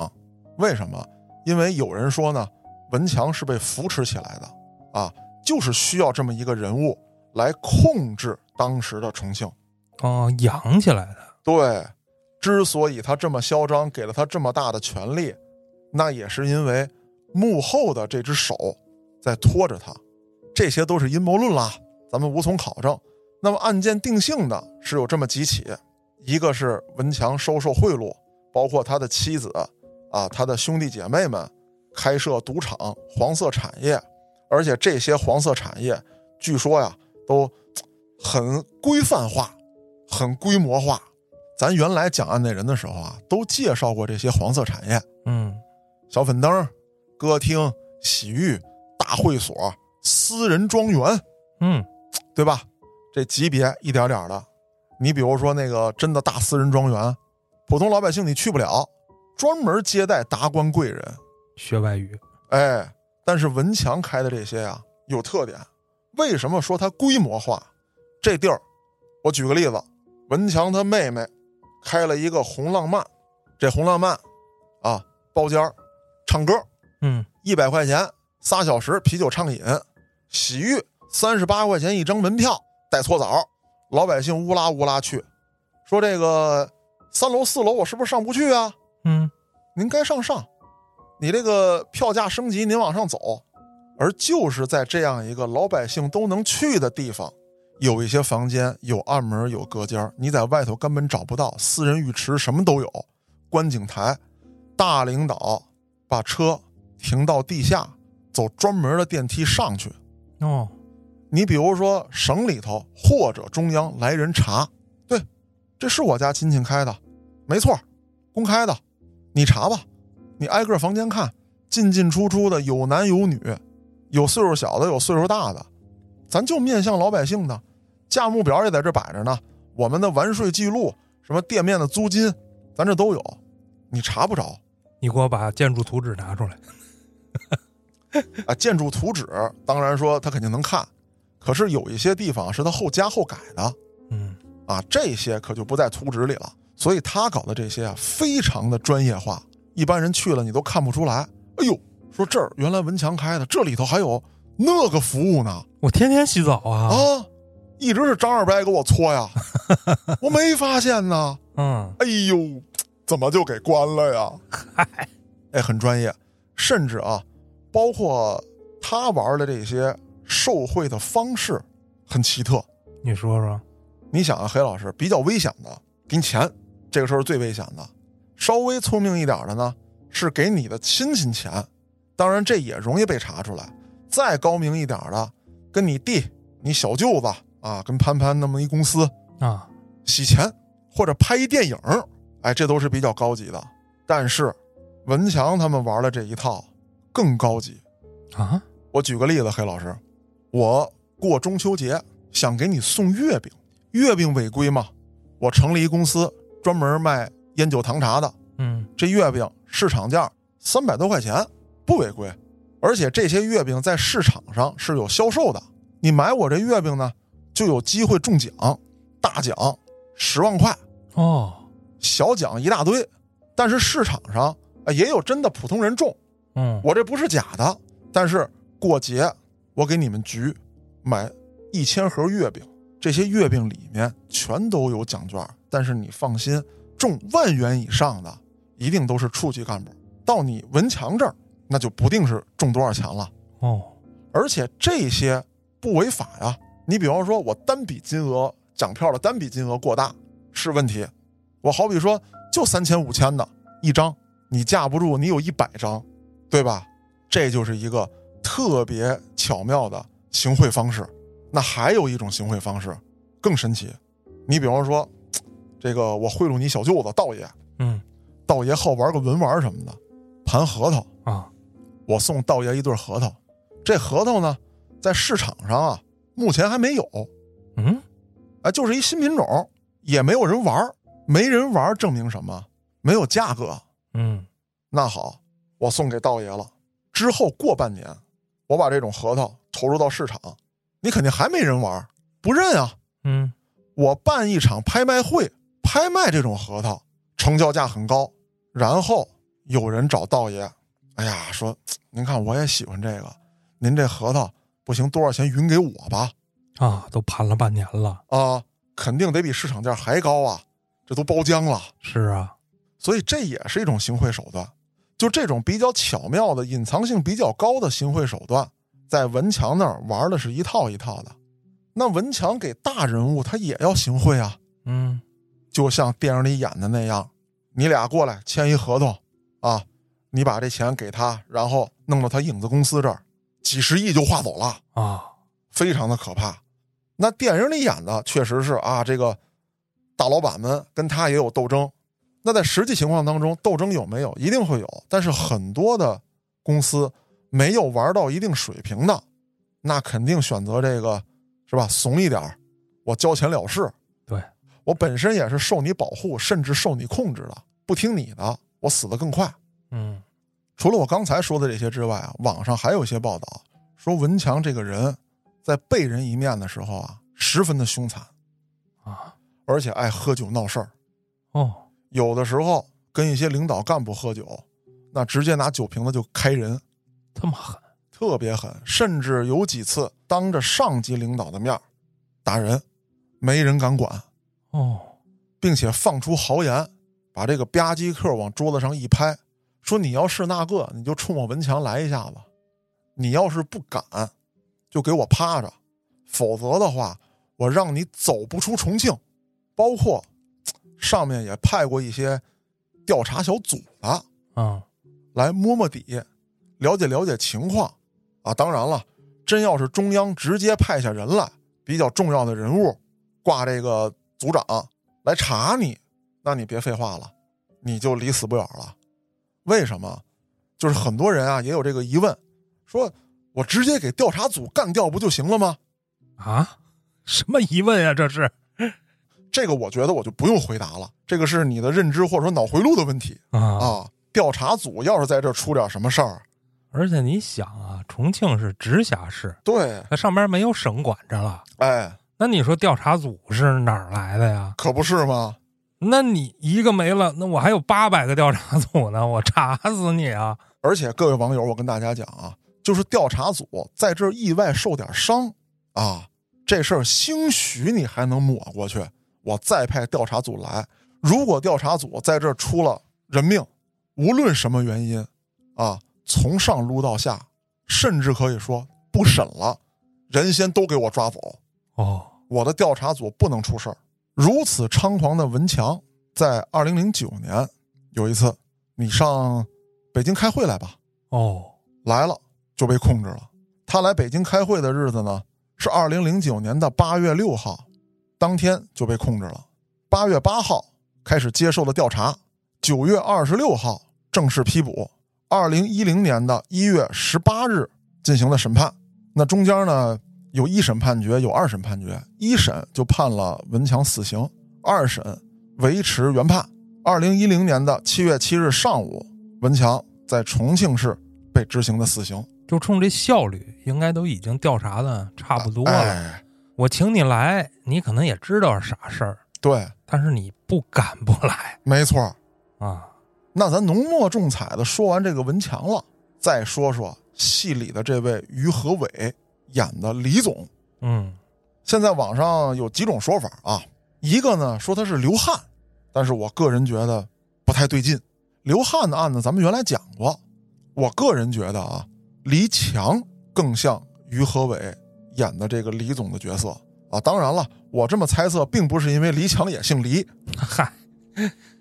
A: 为什么？因为有人说呢，文强是被扶持起来的啊，就是需要这么一个人物来控制当时的重庆。
B: 哦，养起来的。
A: 对，之所以他这么嚣张，给了他这么大的权力，那也是因为幕后的这只手在拖着他。这些都是阴谋论啦，咱们无从考证。那么案件定性的是有这么几起，一个是文强收受贿赂，包括他的妻子啊，他的兄弟姐妹们开设赌场、黄色产业，而且这些黄色产业据说呀都很规范化、很规模化。咱原来讲案内人的时候啊，都介绍过这些黄色产业：
B: 嗯，
A: 小粉灯、歌厅、洗浴、大会所、私人庄园，
B: 嗯，
A: 对吧？这级别一点点的。你比如说那个真的大私人庄园，普通老百姓你去不了，专门接待达官贵人。
B: 学外语。
A: 哎，但是文强开的这些啊有特点。为什么说它规模化？这地儿，我举个例子，文强他妹妹开了一个红浪漫，这红浪漫啊包间儿唱歌，
B: 嗯，
A: 一百块钱仨小时啤酒畅饮，洗浴三十八块钱一张门票，带搓澡，老百姓乌拉乌拉去，说这个三楼四楼我是不是上不去啊？
B: 嗯，
A: 您该上上，你这个票价升级，您往上走。而就是在这样一个老百姓都能去的地方，有一些房间有暗门有隔间儿，你在外头根本找不到。私人浴池什么都有，观景台。大领导把车停到地下，走专门的电梯上去。
B: 哦，
A: 你比如说省里头或者中央来人查，对，这是我家亲戚开的，没错，公开的。你查吧，你挨个房间看，进进出出的有男有女，有岁数小的，有岁数大的，咱就面向老百姓的，价目表也在这摆着呢，我们的完税记录，什么店面的租金，咱这都有，你查不着
B: 你给我把建筑图纸拿出来。
A: 啊。建筑图纸当然说他肯定能看，可是有一些地方是他后加后改的，
B: 嗯，
A: 啊，这些可就不在图纸里了。所以他搞的这些啊，非常的专业化，一般人去了你都看不出来。哎呦，说这儿原来文强开的，这里头还有那个服务呢
B: 我天天洗澡啊。
A: 啊！一直是张二白给我搓呀，我没发现呢。
B: 嗯，
A: 哎呦，怎么就给关了呀？哎，很专业，甚至啊，包括他玩的这些受贿的方式很奇特。
B: 你说说，
A: 你想啊，黑老师比较危险的，给你钱，这个时候是最危险的。稍微聪明一点的呢，是给你的亲戚钱，当然这也容易被查出来。再高明一点的，跟你弟、你小舅子啊，跟潘潘那么一公司
B: 啊，
A: 洗钱，或者拍一电影儿，哎，这都是比较高级的。但是文强他们玩的这一套更高级。
B: 啊，
A: 我举个例子，黑老师，我过中秋节想给你送月饼，月饼违规吗？我成立一公司，专门卖烟酒糖茶的，
B: 嗯
A: 这月饼市场价三百多块钱，不违规。而且这些月饼在市场上是有销售的，你买我这月饼呢，就有机会中奖，大奖十万块，
B: 哦，
A: 小奖一大堆。但是市场上啊也有真的普通人中，
B: 嗯，
A: 我这不是假的，但是过节我给你们局买一千盒月饼，这些月饼里面全都有奖券，但是你放心，中万元以上的一定都是处级干部，到你文强这儿那就不定是中多少钱了，
B: 哦，
A: 而且这些不违法呀。你比方说，我单笔金额奖票的单笔金额过大是问题，我好比说就三千五千的一张，你架不住你有一百张，对吧？这就是一个特别巧妙的行贿方式。那还有一种行贿方式更神奇，你比方说，这个我贿赂你小舅子道爷，
B: 嗯
A: 道爷好玩个文玩什么的，盘核桃，
B: 啊，
A: 我送道爷一对核桃。这核桃呢，在市场上啊，目前还没有，
B: 嗯，
A: 哎，就是一新品种，也没有人玩儿，没人玩儿证明什么？没有价格。
B: 嗯，
A: 那好，我送给道爷了。之后过半年，我把这种核桃投入到市场，你肯定还没人玩儿，不认啊。
B: 嗯，
A: 我办一场拍卖会，拍卖这种核桃，成交价很高。然后有人找道爷，哎呀，说嘖您看我也喜欢这个，您这核桃不行，多少钱匀给我吧？
B: 啊，都盘了半年了。
A: 啊，肯定得比市场价还高啊，这都包浆了。
B: 是啊，
A: 所以这也是一种行贿手段。就这种比较巧妙的、隐藏性比较高的行贿手段，在文强那儿玩的是一套一套的。那文强给大人物他也要行贿啊，
B: 嗯
A: 就像电影里演的那样，你俩过来签一合同啊，你把这钱给他，然后弄到他影子公司这儿，几十亿就划走了，
B: 啊，
A: 非常的可怕。那电影里演的确实是啊，这个大老板们跟他也有斗争。那在实际情况当中，斗争有没有？一定会有，但是很多的公司没有玩到一定水平的，那肯定选择这个是吧？怂一点儿，我交钱了事。
B: 对
A: 我本身也是受你保护，甚至受你控制的，不听你的，我死得更快。
B: 嗯
A: 除了我刚才说的这些之外啊，网上还有一些报道说文强这个人在背人一面的时候啊，十分的凶残，
B: 啊，
A: 而且爱喝酒闹事儿。
B: 哦，
A: 有的时候跟一些领导干部喝酒，那直接拿酒瓶子就开人，
B: 这么狠
A: 特别狠，甚至有几次当着上级领导的面儿打人，没人敢管，
B: 哦，
A: 并且放出豪言，把这个吧唧客往桌子上一拍，说你要是那个，你就冲我文强来一下子，你要是不敢，就给我趴着，否则的话，我让你走不出重庆。包括上面也派过一些调查小组的
B: 啊，
A: 来摸摸底，了解了解情况啊。当然了，真要是中央直接派下人来，比较重要的人物，挂这个组长来查你，那你别废话了，你就离死不远了。为什么？就是很多人啊也有这个疑问，说我直接给调查组干掉不就行了吗？
B: 啊？什么疑问啊？这是
A: 这个我觉得我就不用回答了，这个是你的认知或者说脑回路的问题
B: 啊！
A: 啊。调查组要是在这出点什么事儿，
B: 而且你想啊，重庆是直辖市，
A: 对，
B: 它上边没有省管着了。
A: 哎，
B: 那你说调查组是哪儿来的呀？
A: 可不是吗？
B: 那你一个没了，那我还有八百个调查组呢，我查死你啊！
A: 而且各位网友，我跟大家讲啊，就是调查组在这儿意外受点伤啊，这事儿兴许你还能抹过去。我再派调查组来，如果调查组在这儿出了人命，无论什么原因啊，从上撸到下，甚至可以说不审了，人先都给我抓走。
B: 哦，
A: 我的调查组不能出事儿。如此猖狂的文强，在二零零九年有一次，你上北京开会来吧，
B: 哦，
A: 来了就被控制了。他来北京开会的日子呢，是二零零九年的八月六号，当天就被控制了。八月八号开始接受了调查，九月二十六号正式批捕，二零一零年的一月十八日进行了审判。那中间呢，有一审判决，有二审判决。一审就判了文强死刑，二审维持原判。二零一零年的七月七日上午，文强在重庆市被执行的死刑。
B: 就冲这效率，应该都已经调查的差不多了。
A: 哎，
B: 我请你来，你可能也知道是啥事儿，
A: 对，
B: 但是你不敢不来
A: 没错儿。
B: 啊！
A: 那咱浓墨重彩的说完这个文强了，再说说戏里的这位于和伟演的李总。
B: 嗯，
A: 现在网上有几种说法啊，一个呢说他是刘汉，但是我个人觉得不太对劲。刘汉的案子咱们原来讲过，我个人觉得啊，黎强更像于和伟演的这个李总的角色啊。当然了，我这么猜测并不是因为黎强也姓黎，
B: 嗨，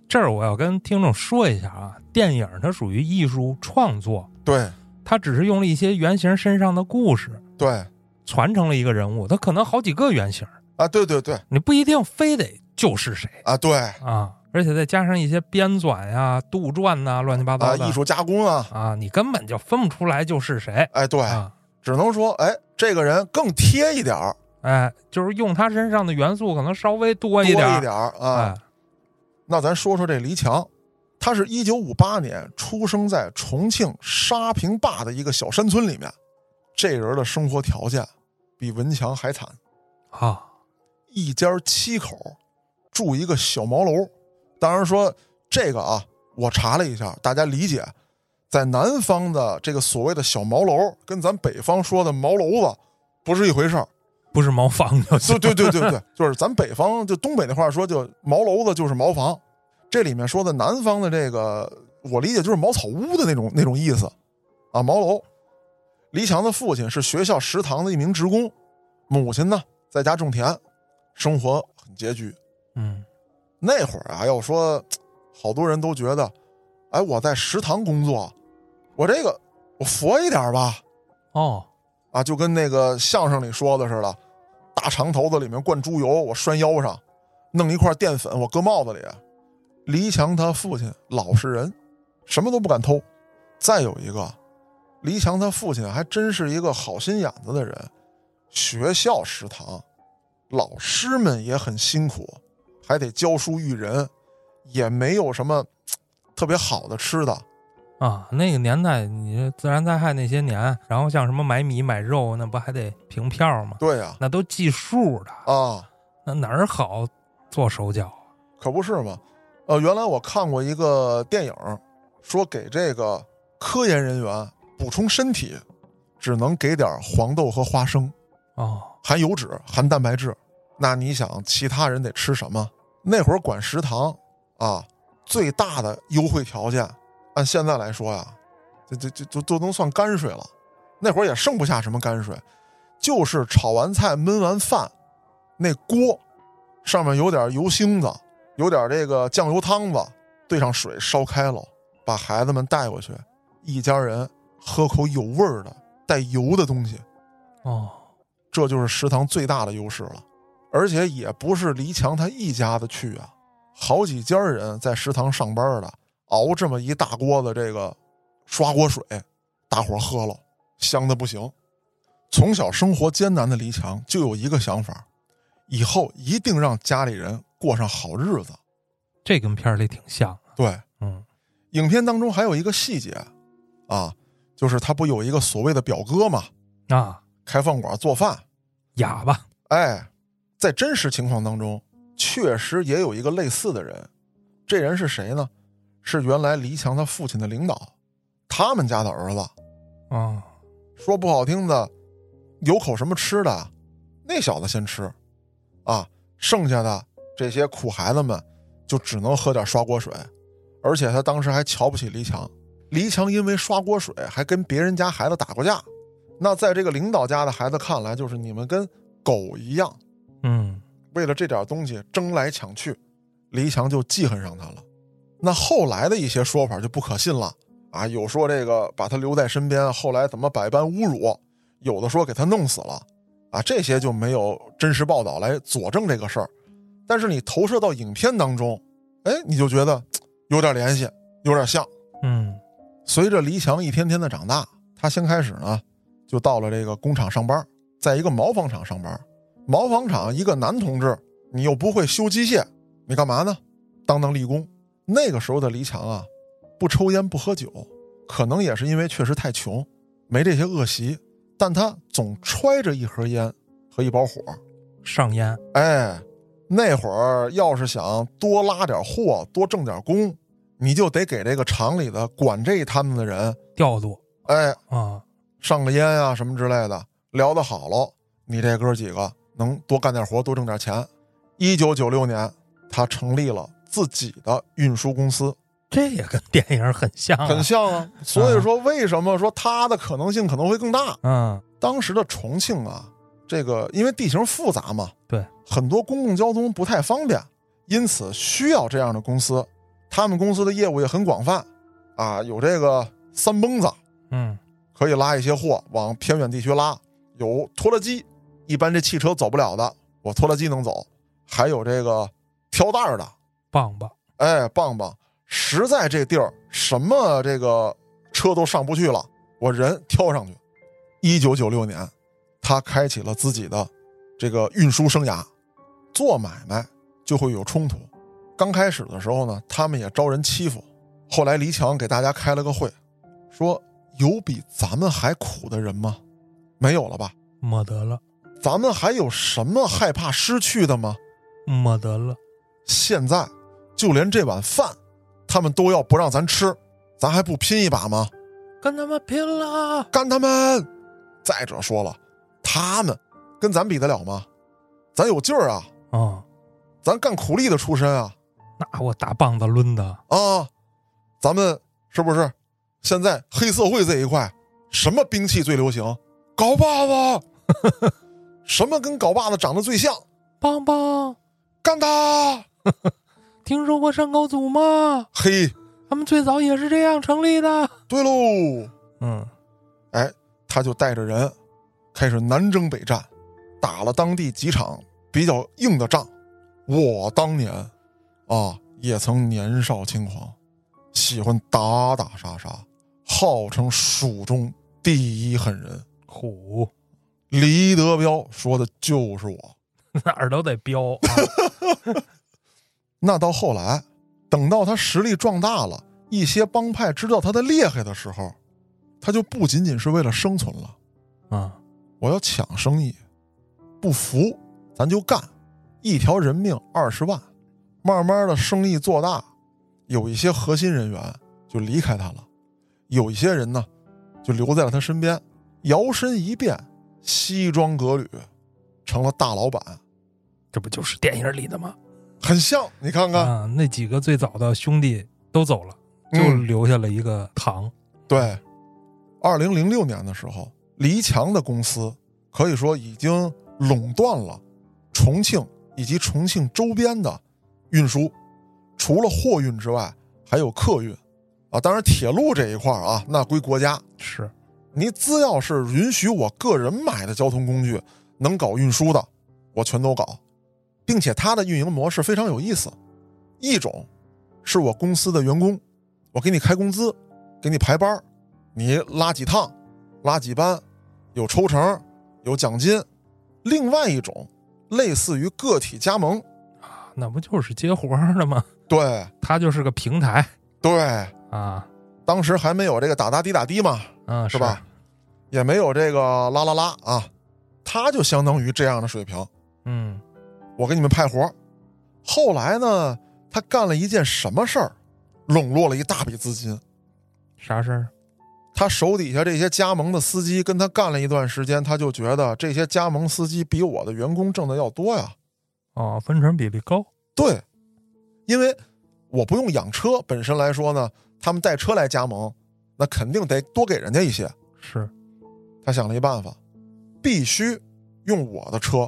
B: 这儿我要跟听众说一下啊，电影它属于艺术创作，
A: 对
B: 它只是用了一些原型身上的故事，
A: 对
B: 传承了一个人物，它可能好几个原型，
A: 啊，对对对
B: 你不一定非得就是谁
A: 啊，对
B: 啊。而且再加上一些编纂呀、杜撰呐、乱七八
A: 啊，
B: 糟的
A: 艺术加工啊，
B: 啊，你根本就分不出来就是谁
A: 哎对，
B: 啊。
A: 只能说哎，这个人更贴一点儿，
B: 哎，就是用他身上的元素可能稍微多
A: 多
B: 一
A: 一
B: 点儿，
A: 点儿啊。
B: 哎，
A: 那咱说说这黎强，他是一九五八年出生在重庆沙坪坝的一个小山村里面。这人的生活条件比文强还惨，
B: 啊，
A: 一家七口住一个小茅楼。当然说这个啊，我查了一下，大家理解，在南方的这个所谓的小茅楼，跟咱北方说的茅楼子不是一回事儿。
B: 不是茅房就行
A: 对对对对对， 就是咱北方就东北那块儿说，就茅楼子就是茅房，这里面说的南方的这个，我理解就是茅草屋的那种那种意思啊，茅楼。黎强的父亲是学校食堂的一名职工，母亲呢在家种田，生活很拮据。
B: 嗯
A: 那会儿啊，要说好多人都觉得，哎，我在食堂工作，我这个我佛一点吧，
B: 哦，
A: 啊，就跟那个相声里说的似的，大长头子里面灌猪油，我拴腰上；弄一块淀粉，我搁帽子里。黎强他父亲老实人，什么都不敢偷。再有一个，黎强他父亲还真是一个好心眼子的人。学校食堂，老师们也很辛苦，还得教书育人，也没有什么特别好的吃的。
B: 啊，那个年代你自然灾害那些年，然后像什么买米买肉，那不还得凭票吗？
A: 对呀、
B: 那都计数的，
A: 啊
B: 那哪儿好做手脚啊？
A: 可不是嘛。呃，原来我看过一个电影，说给这个科研人员补充身体，只能给点黄豆和花生，
B: 哦，
A: 含油脂、含蛋白质。那你想，其他人得吃什么？那会儿管食堂啊，最大的优惠条件，按现在来说呀，这这这都都能算泔水了。那会儿也剩不下什么泔水，就是炒完菜、焖完饭，那锅上面有点油星子，有点这个酱油汤子，兑上水烧开了，把孩子们带过去，一家人喝口有味儿的带油的东西，
B: 哦，
A: 这就是食堂最大的优势了。而且也不是黎强他一家子去啊，好几家人在食堂上班的，熬这么一大锅的这个刷锅水，大伙儿喝了，香的不行。从小生活艰难的李强就有一个想法，以后一定让家里人过上好日子。
B: 这跟片儿里挺像。
A: 对，
B: 嗯
A: 影片当中还有一个细节，啊，就是他不有一个所谓的表哥嘛，
B: 啊，
A: 开饭馆做饭，
B: 哑巴
A: 哎，在真实情况当中，确实也有一个类似的人。这人是谁呢？是原来黎强他父亲的领导，他们家的儿子。
B: 啊，
A: 说不好听的，有口什么吃的，那小子先吃，啊，剩下的这些苦孩子们就只能喝点刷锅水。而且他当时还瞧不起黎强，黎强因为刷锅水还跟别人家孩子打过架。那在这个领导家的孩子看来，就是你们跟狗一样，
B: 嗯
A: 为了这点东西争来抢去，黎强就记恨上他了。那后来的一些说法就不可信了啊，有说这个把他留在身边，后来怎么百般侮辱，有的说给他弄死了啊，这些就没有真实报道来佐证这个事儿。但是你投射到影片当中，哎，你就觉得嘖有点联系，有点像。
B: 嗯
A: 随着黎强一天天的长大，他先开始呢，就到了这个工厂上班，在一个毛纺厂上班。毛纺厂一个男同志，你又不会修机械，你干嘛呢？当当力工。那个时候的黎强啊，不抽烟不喝酒，可能也是因为确实太穷，没这些恶习，但他总揣着一盒烟和一包火。
B: 上烟，
A: 哎，那会儿要是想多拉点货，多挣点工，你就得给这个厂里的管这一摊子的人，
B: 调度
A: 哎，
B: 啊，
A: 上个烟啊什么之类的，聊得好喽，你这哥几个能多干点活，多挣点钱。一九九六年，他成立了自己的运输公司，
B: 这也跟电影很像啊，
A: 很像啊。所以说，为什么说他的可能性可能会更大？
B: 嗯
A: 当时的重庆啊，这个因为地形复杂嘛，
B: 对，
A: 很多公共交通不太方便，因此需要这样的公司。他们公司的业务也很广泛，啊，有这个三蹦子，
B: 嗯
A: 可以拉一些货往偏远地区拉，有拖拉机，一般这汽车走不了的，我拖拉机能走，还有这个挑担儿的，
B: 棒棒，
A: 哎，棒棒，实在这地儿什么这个车都上不去了，我人挑上去。一九九六年，他开启了自己的这个运输生涯，做买卖就会有冲突。刚开始的时候呢，他们也招人欺负。后来黎强给大家开了个会，说有比咱们还苦的人吗？没有了吧？
B: 没得了，
A: 咱们还有什么害怕失去的吗？
B: 没得了，
A: 现在就连这碗饭，他们都要不让咱吃，咱还不拼一把吗？
B: 跟他们拼了！
A: 干他们！再者说了，他们跟咱比得了吗？咱有劲儿啊，
B: 啊，
A: 咱干苦力的出身啊
B: 那我大棒子抡的，
A: 啊！咱们是不是现在黑社会这一块，什么兵器最流行？镐把子， 什么跟镐把子长得最像？
B: 棒棒！
A: 干他！
B: 听说过山高组吗？
A: 嘿，
B: 他们最早也是这样成立的。
A: 对喽。
B: 嗯
A: 哎，他就带着人开始南征北战，打了当地几场比较硬的仗。我当年啊，也曾年少轻狂，喜欢打打杀杀，号称蜀中第一狠人。
B: 虎
A: 李德彪说的就是我。
B: 哪儿都得彪啊！
A: 那到后来，等到他实力壮大了，一些帮派知道他的厉害的时候，他就不仅仅是为了生存了。
B: 啊，
A: 我要抢生意，不服咱就干，一条人命二十万。慢慢的生意做大，有一些核心人员就离开他了，有一些人呢就留在了他身边，摇身一变，西装革履，成了大老板，
B: 这不就是电影里的吗？
A: 很像。你看看，
B: 啊，那几个最早的兄弟都走了，就
A: 嗯
B: 留下了一个唐。
A: 对，二零零六年的时候，黎强的公司可以说已经垄断了重庆以及重庆周边的运输，除了货运之外，还有客运啊。当然，铁路这一块儿啊，那归国家。
B: 是，
A: 你只要是允许我个人买的交通工具能搞运输的，我全都搞，并且它的运营模式非常有意思。一种是我公司的员工，我给你开工资，给你排班儿，你拉几趟，拉几班，有抽成，有奖金。另外一种类似于个体加盟，
B: 啊那不就是接活儿的吗？
A: 对
B: 它就是个平台
A: 对，
B: 啊，
A: 当时还没有这个打打滴打滴嘛，
B: 嗯，
A: 是吧？？也没有这个啦啦啦啊，它就相当于这样的水平。
B: 嗯，
A: 我给你们派活儿。后来呢，他干了一件什么事儿，笼络了一大笔资金。
B: 啥事儿？
A: 他手底下这些加盟的司机跟他干了一段时间，他就觉得这些加盟司机比我的员工挣的要多呀。
B: 哦，分成比例高。
A: 对，因为我不用养车，本身来说呢，他们带车来加盟，那肯定得多给人家一些。
B: 是，
A: 他想了一办法，必须用我的车，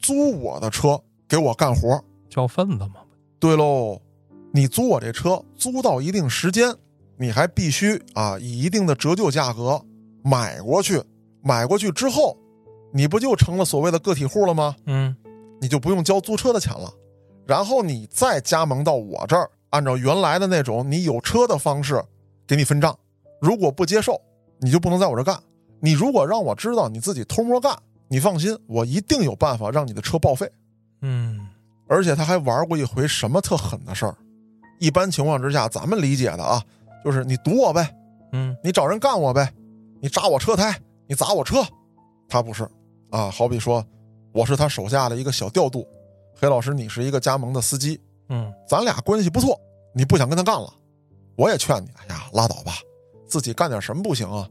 A: 租我的车给我干活儿。
B: 叫份子嘛。
A: 对喽，你租我这车，租到一定时间，你还必须啊以一定的折旧价格买过去。买过去之后，你不就成了所谓的个体户了吗？
B: 嗯，
A: 你就不用交租车的钱了。然后你再加盟到我这儿，按照原来的那种你有车的方式给你分账。如果不接受，你就不能在我这儿干。你如果让我知道你自己偷摸干，你放心，我一定有办法让你的车报废。
B: 嗯，
A: 而且他还玩过一回什么特狠的事儿。一般情况之下，咱们理解的啊，就是你堵我呗，
B: 嗯，
A: 你找人干我呗，你扎我车胎，你砸我车。他不是啊，好比说我是他手下的一个小调度，黑老师你是一个加盟的司机，
B: 嗯，
A: 咱俩关系不错，你不想跟他干了，我也劝你，哎呀，拉倒吧，自己干点什么不行啊？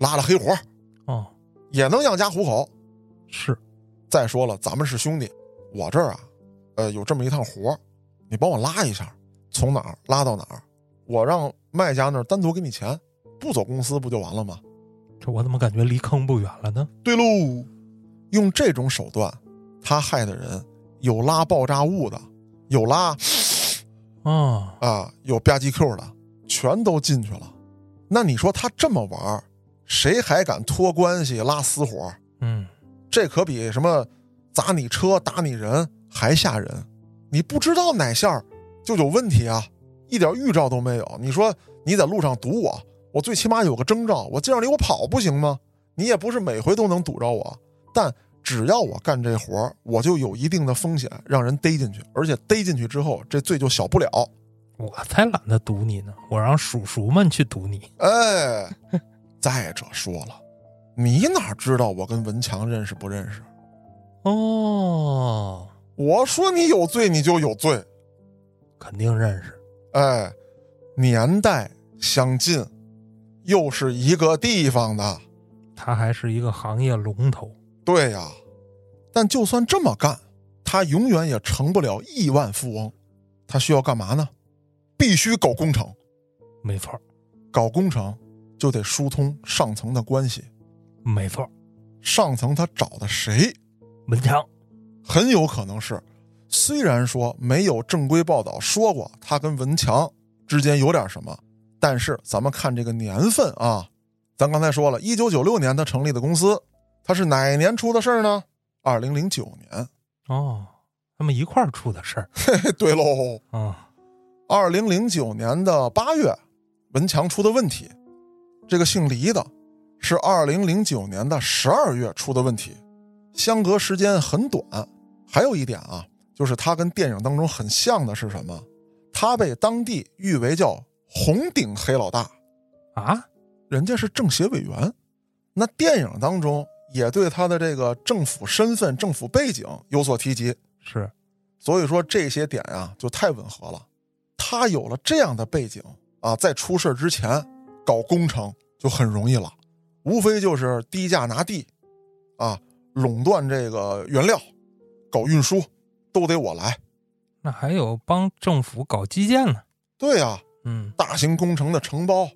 A: 拉拉黑活儿
B: 哦，
A: 也能养家糊口。
B: 是，
A: 再说了，咱们是兄弟，我这儿啊，呃，有这么一趟活儿，你帮我拉一下，从哪儿拉到哪儿，我让卖家那儿单独给你钱，不走公司不就完了吗？
B: 这我怎么感觉离坑不远了呢？
A: 对喽，用这种手段，他害的人有拉爆炸物的，有拉
B: 哦，
A: 啊，有吧唧 Q 的，全都进去了。那你说他这么玩儿，谁还敢托关系拉私活儿？
B: 嗯，
A: 这可比什么砸你车、打你人还吓人。你不知道哪下儿就有问题啊，一点预兆都没有。你说你在路上堵我，我最起码有个征兆，我尽量离我跑不行吗？你也不是每回都能堵着我，但只要我干这活儿，我就有一定的风险让人逮进去，而且逮进去之后，这罪就小不了。
B: 我才懒得堵你呢，我让叔叔们去堵你。
A: 哎，再者说了，你哪知道我跟文强认识不认识？
B: 哦，
A: 我说你有罪，你就有罪。
B: 肯定认识。
A: 哎，年代相近，又是一个地方的，
B: 他还是一个行业龙头。
A: 对呀。但就算这么干，他永远也成不了亿万富翁。他需要干嘛呢？必须搞工程，
B: 没错儿，
A: 搞工程就得疏通上层的关系。
B: 没错儿，
A: 上层他找的谁，
B: 文强。
A: 很有可能是，虽然说没有正规报道说过他跟文强之间有点什么，但是咱们看这个年份啊，咱刚才说了，一九九六年他成立的公司，他是哪年出的事儿呢？二零零九年。
B: 哦，他们一块儿出的事儿。
A: 嘿对喽，
B: 啊、
A: 二零零九年的八月，文强出的问题，这个姓黎的是二零零九年的十二月出的问题，相隔时间很短。还有一点啊，就是他跟电影当中很像的是什么？他被当地誉为叫“红顶黑老大
B: 啊，”，
A: 人家是政协委员。那电影当中也对他的这个政府身份、政府背景有所提及。
B: 是
A: 所以说这些点啊就太吻合了。他有了这样的背景啊，在出事之前搞工程就很容易了，无非就是低价拿地，啊，垄断这个原料，搞运输都得我来。
B: 那还有帮政府搞基建呢。
A: 对呀、
B: 嗯，
A: 大型工程的承包，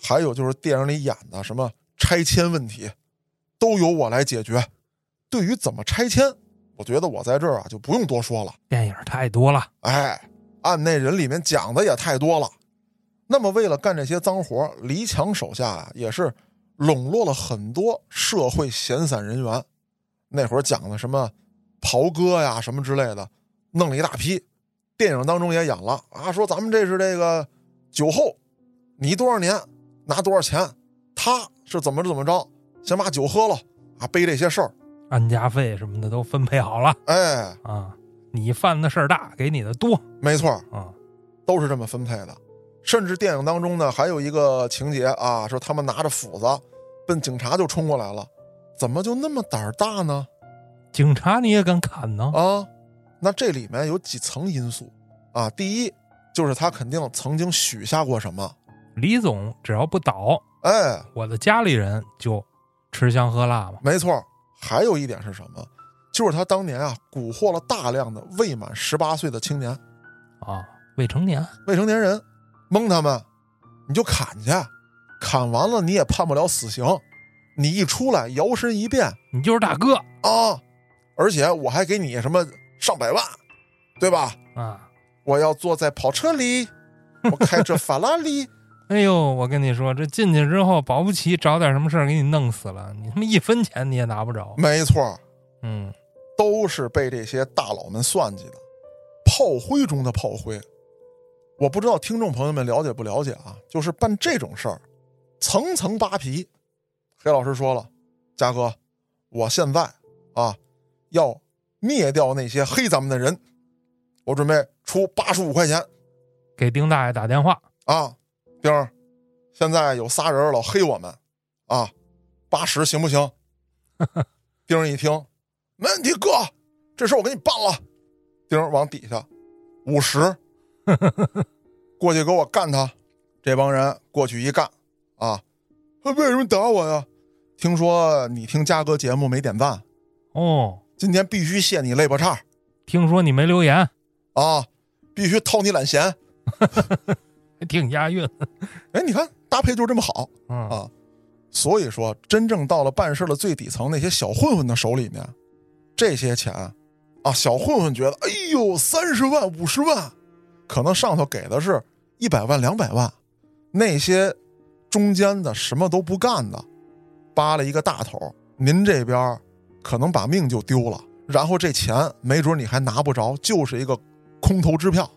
A: 还有就是电影里演的什么拆迁问题，都由我来解决。对于怎么拆迁，我觉得我在这儿啊就不用多说了。
B: 电影太多了。
A: 哎，案内人里面讲的也太多了。那么，为了干这些脏活儿，黎强手下啊也是笼络了很多社会闲散人员。那会儿讲的什么袍哥呀、什么之类的，弄了一大批。电影当中也演了啊，说咱们这是这个酒后你多少年拿多少钱，他是怎么怎么着，先把酒喝了啊，背这些事儿，
B: 安家费什么的都分配好了
A: 哎，
B: 啊，你犯的事儿大，给你的多
A: 没错儿，
B: 啊，
A: 都是这么分配的。甚至电影当中呢，还有一个情节啊，说他们拿着斧子奔警察就冲过来了，怎么就那么胆儿大呢？
B: 警察你也敢砍呢？
A: 啊，那这里面有几层因素啊？第一就是他肯定曾经许下过什么，
B: 李总只要不倒，
A: 哎，
B: 我的家里人就吃香喝辣嘛。
A: 没错儿。还有一点是什么？就是他当年啊蛊惑了大量的未满十八岁的青年、
B: 啊，未成年
A: 未成年人，蒙他们，你就砍去，砍完了你也判不了死刑，你一出来摇身一变
B: 你就是大哥
A: 啊，而且我还给你什么上百万，对吧？
B: 啊！
A: 我要坐在跑车里，我开着法拉利。
B: 哎呦，我跟你说，这进去之后，保不齐找点什么事儿给你弄死了，你他妈一分钱你也拿不着。
A: 没错儿，
B: 嗯，
A: 都是被这些大佬们算计的，炮灰中的炮灰。我不知道听众朋友们了解不了解啊？就是办这种事儿，层层扒皮。黑老师说了，嘉哥，我现在啊要灭掉那些黑咱们的人，我准备出八十五块钱
B: 给丁大爷打电话，
A: 啊，丁儿，现在有仨人老黑我们啊，八十行不行？丁儿一听，没问题，哥，这事儿我给你办了。丁儿往底下五十，过去给我干他。这帮人过去一干啊，哎为什么打我呀？听说你听嘉哥节目没点赞，
B: 哦，
A: 今天必须卸你肋巴叉
B: 听说你没留言，
A: 啊，必须掏你懒弦。
B: 还挺押韵。
A: 哎，你看搭配就这么好。
B: 嗯
A: 啊所以说，真正到了办事的最底层那些小混混的手里面，这些钱啊，小混混觉得，哎呦，三十万、五十万，可能上头给的是一百万、两百万，那些中间的什么都不干的，扒了一个大头，您这边可能把命就丢了，然后这钱没准你还拿不着，就是一个空头支票。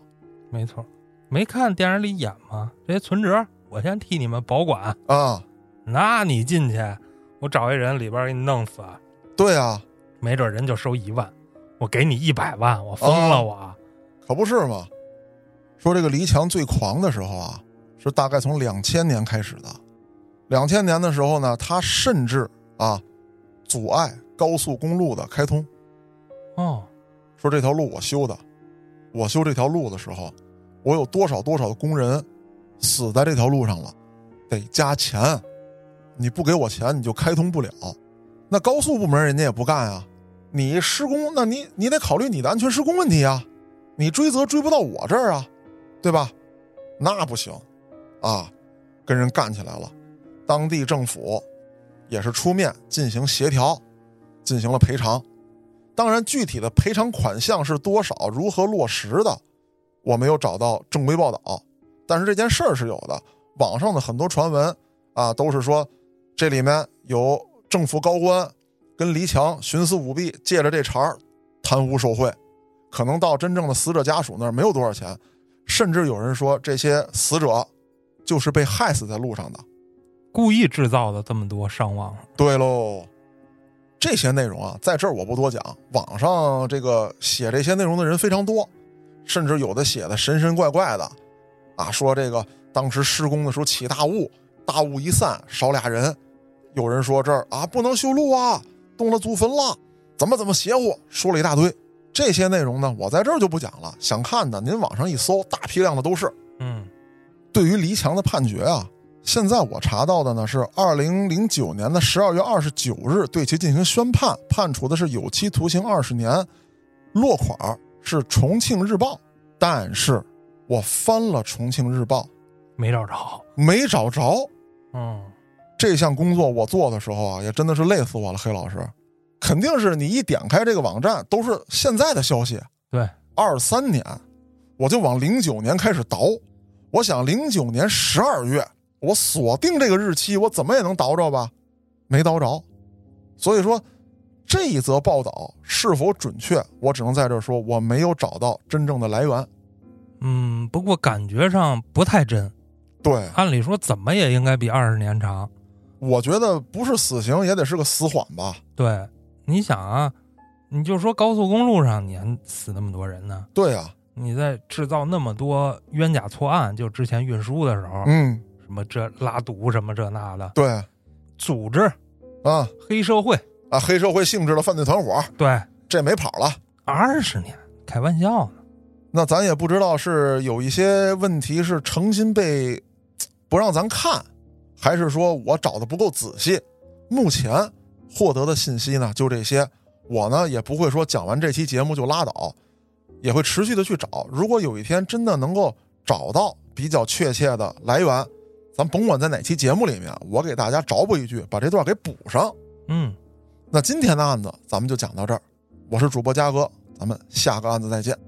B: 没错，没看电影里演吗？这些存折我先替你们保管，
A: 啊，
B: 那你进去，我找一人里边给你弄死，
A: 对啊，
B: 没准人就收一万，我给你一百万，我疯了我。
A: 可不是嘛。说这个黎强最狂的时候啊，是大概从两千年开始的。两千年的时候呢，他甚至啊阻碍高速公路的开通，
B: 哦，
A: 说这条路我修的，我修这条路的时候，我有多少多少的工人死在这条路上了，得加钱，你不给我钱你就开通不了。那高速部门人家也不干啊，你施工，那你你得考虑你的安全施工问题啊，你追责追不到我这儿啊，对吧？那不行，啊，跟人干起来了，当地政府也是出面进行协调，进行了赔偿。当然，具体的赔偿款项是多少，如何落实的，我没有找到正规报道。但是这件事儿是有的，网上的很多传闻啊，都是说这里面有政府高官跟黎强徇私舞弊，借着这茬儿贪污受贿，可能到真正的死者家属那儿没有多少钱，甚至有人说这些死者就是被害死在路上的。
B: 故意制造的这么多伤亡，
A: 对喽，这些内容啊，在这儿我不多讲。网上这个写这些内容的人非常多，甚至有的写的神神怪怪的，啊，说这个当时施工的时候起大雾，大雾一散少俩人，有人说这儿啊不能修路啊，动了祖坟了，怎么怎么邪乎，说了一大堆。这些内容呢，我在这儿就不讲了。想看的您网上一搜，大批量的都是。
B: 嗯，
A: 对于黎强的判决啊，现在我查到的呢是二零零九年的十二月二十九日对其进行宣判，判处的是有期徒刑二十年，落款儿是《重庆日报》，但是我翻了《重庆日报》，
B: 没找着。
A: 没找着
B: 嗯，
A: 这项工作。我做的时候啊，也真的是累死我了，黑老师，肯定是你一点开这个网站都是现在的消息，
B: 对，
A: 二三年，我就往零九年开始倒。我想零九年十二月，我锁定这个日期，我怎么也能倒着吧？没倒着。所以说，这一则报道是否准确，我只能在这儿说，我没有找到真正的来源。
B: 嗯，不过感觉上不太真。
A: 对，
B: 按理说怎么也应该比二十年长。
A: 我觉得不是死刑也得是个死缓吧？
B: 对，你想啊，你就说高速公路上你还死那么多人呢，
A: 对啊，
B: 你在制造那么多冤假错案，就之前运输的时候，
A: 嗯，
B: 什么这拉毒什么这那的，
A: 对
B: 组织
A: 啊
B: 黑社会，
A: 啊，黑社会性质的犯罪团伙
B: 对，
A: 这没跑了。
B: 二十年，开玩笑呢，
A: 那咱也不知道是有一些问题是诚心被不让咱看，还是说我找的不够仔细。目前获得的信息呢，就这些。我呢也不会说讲完这期节目就拉倒，也会持续的去找。如果有一天真的能够找到比较确切的来源，咱甭管在哪期节目里面，我给大家找补一句，把这段给补上。
B: 嗯，
A: 那今天的案子咱们就讲到这儿，我是主播嘉哥，咱们下个案子再见，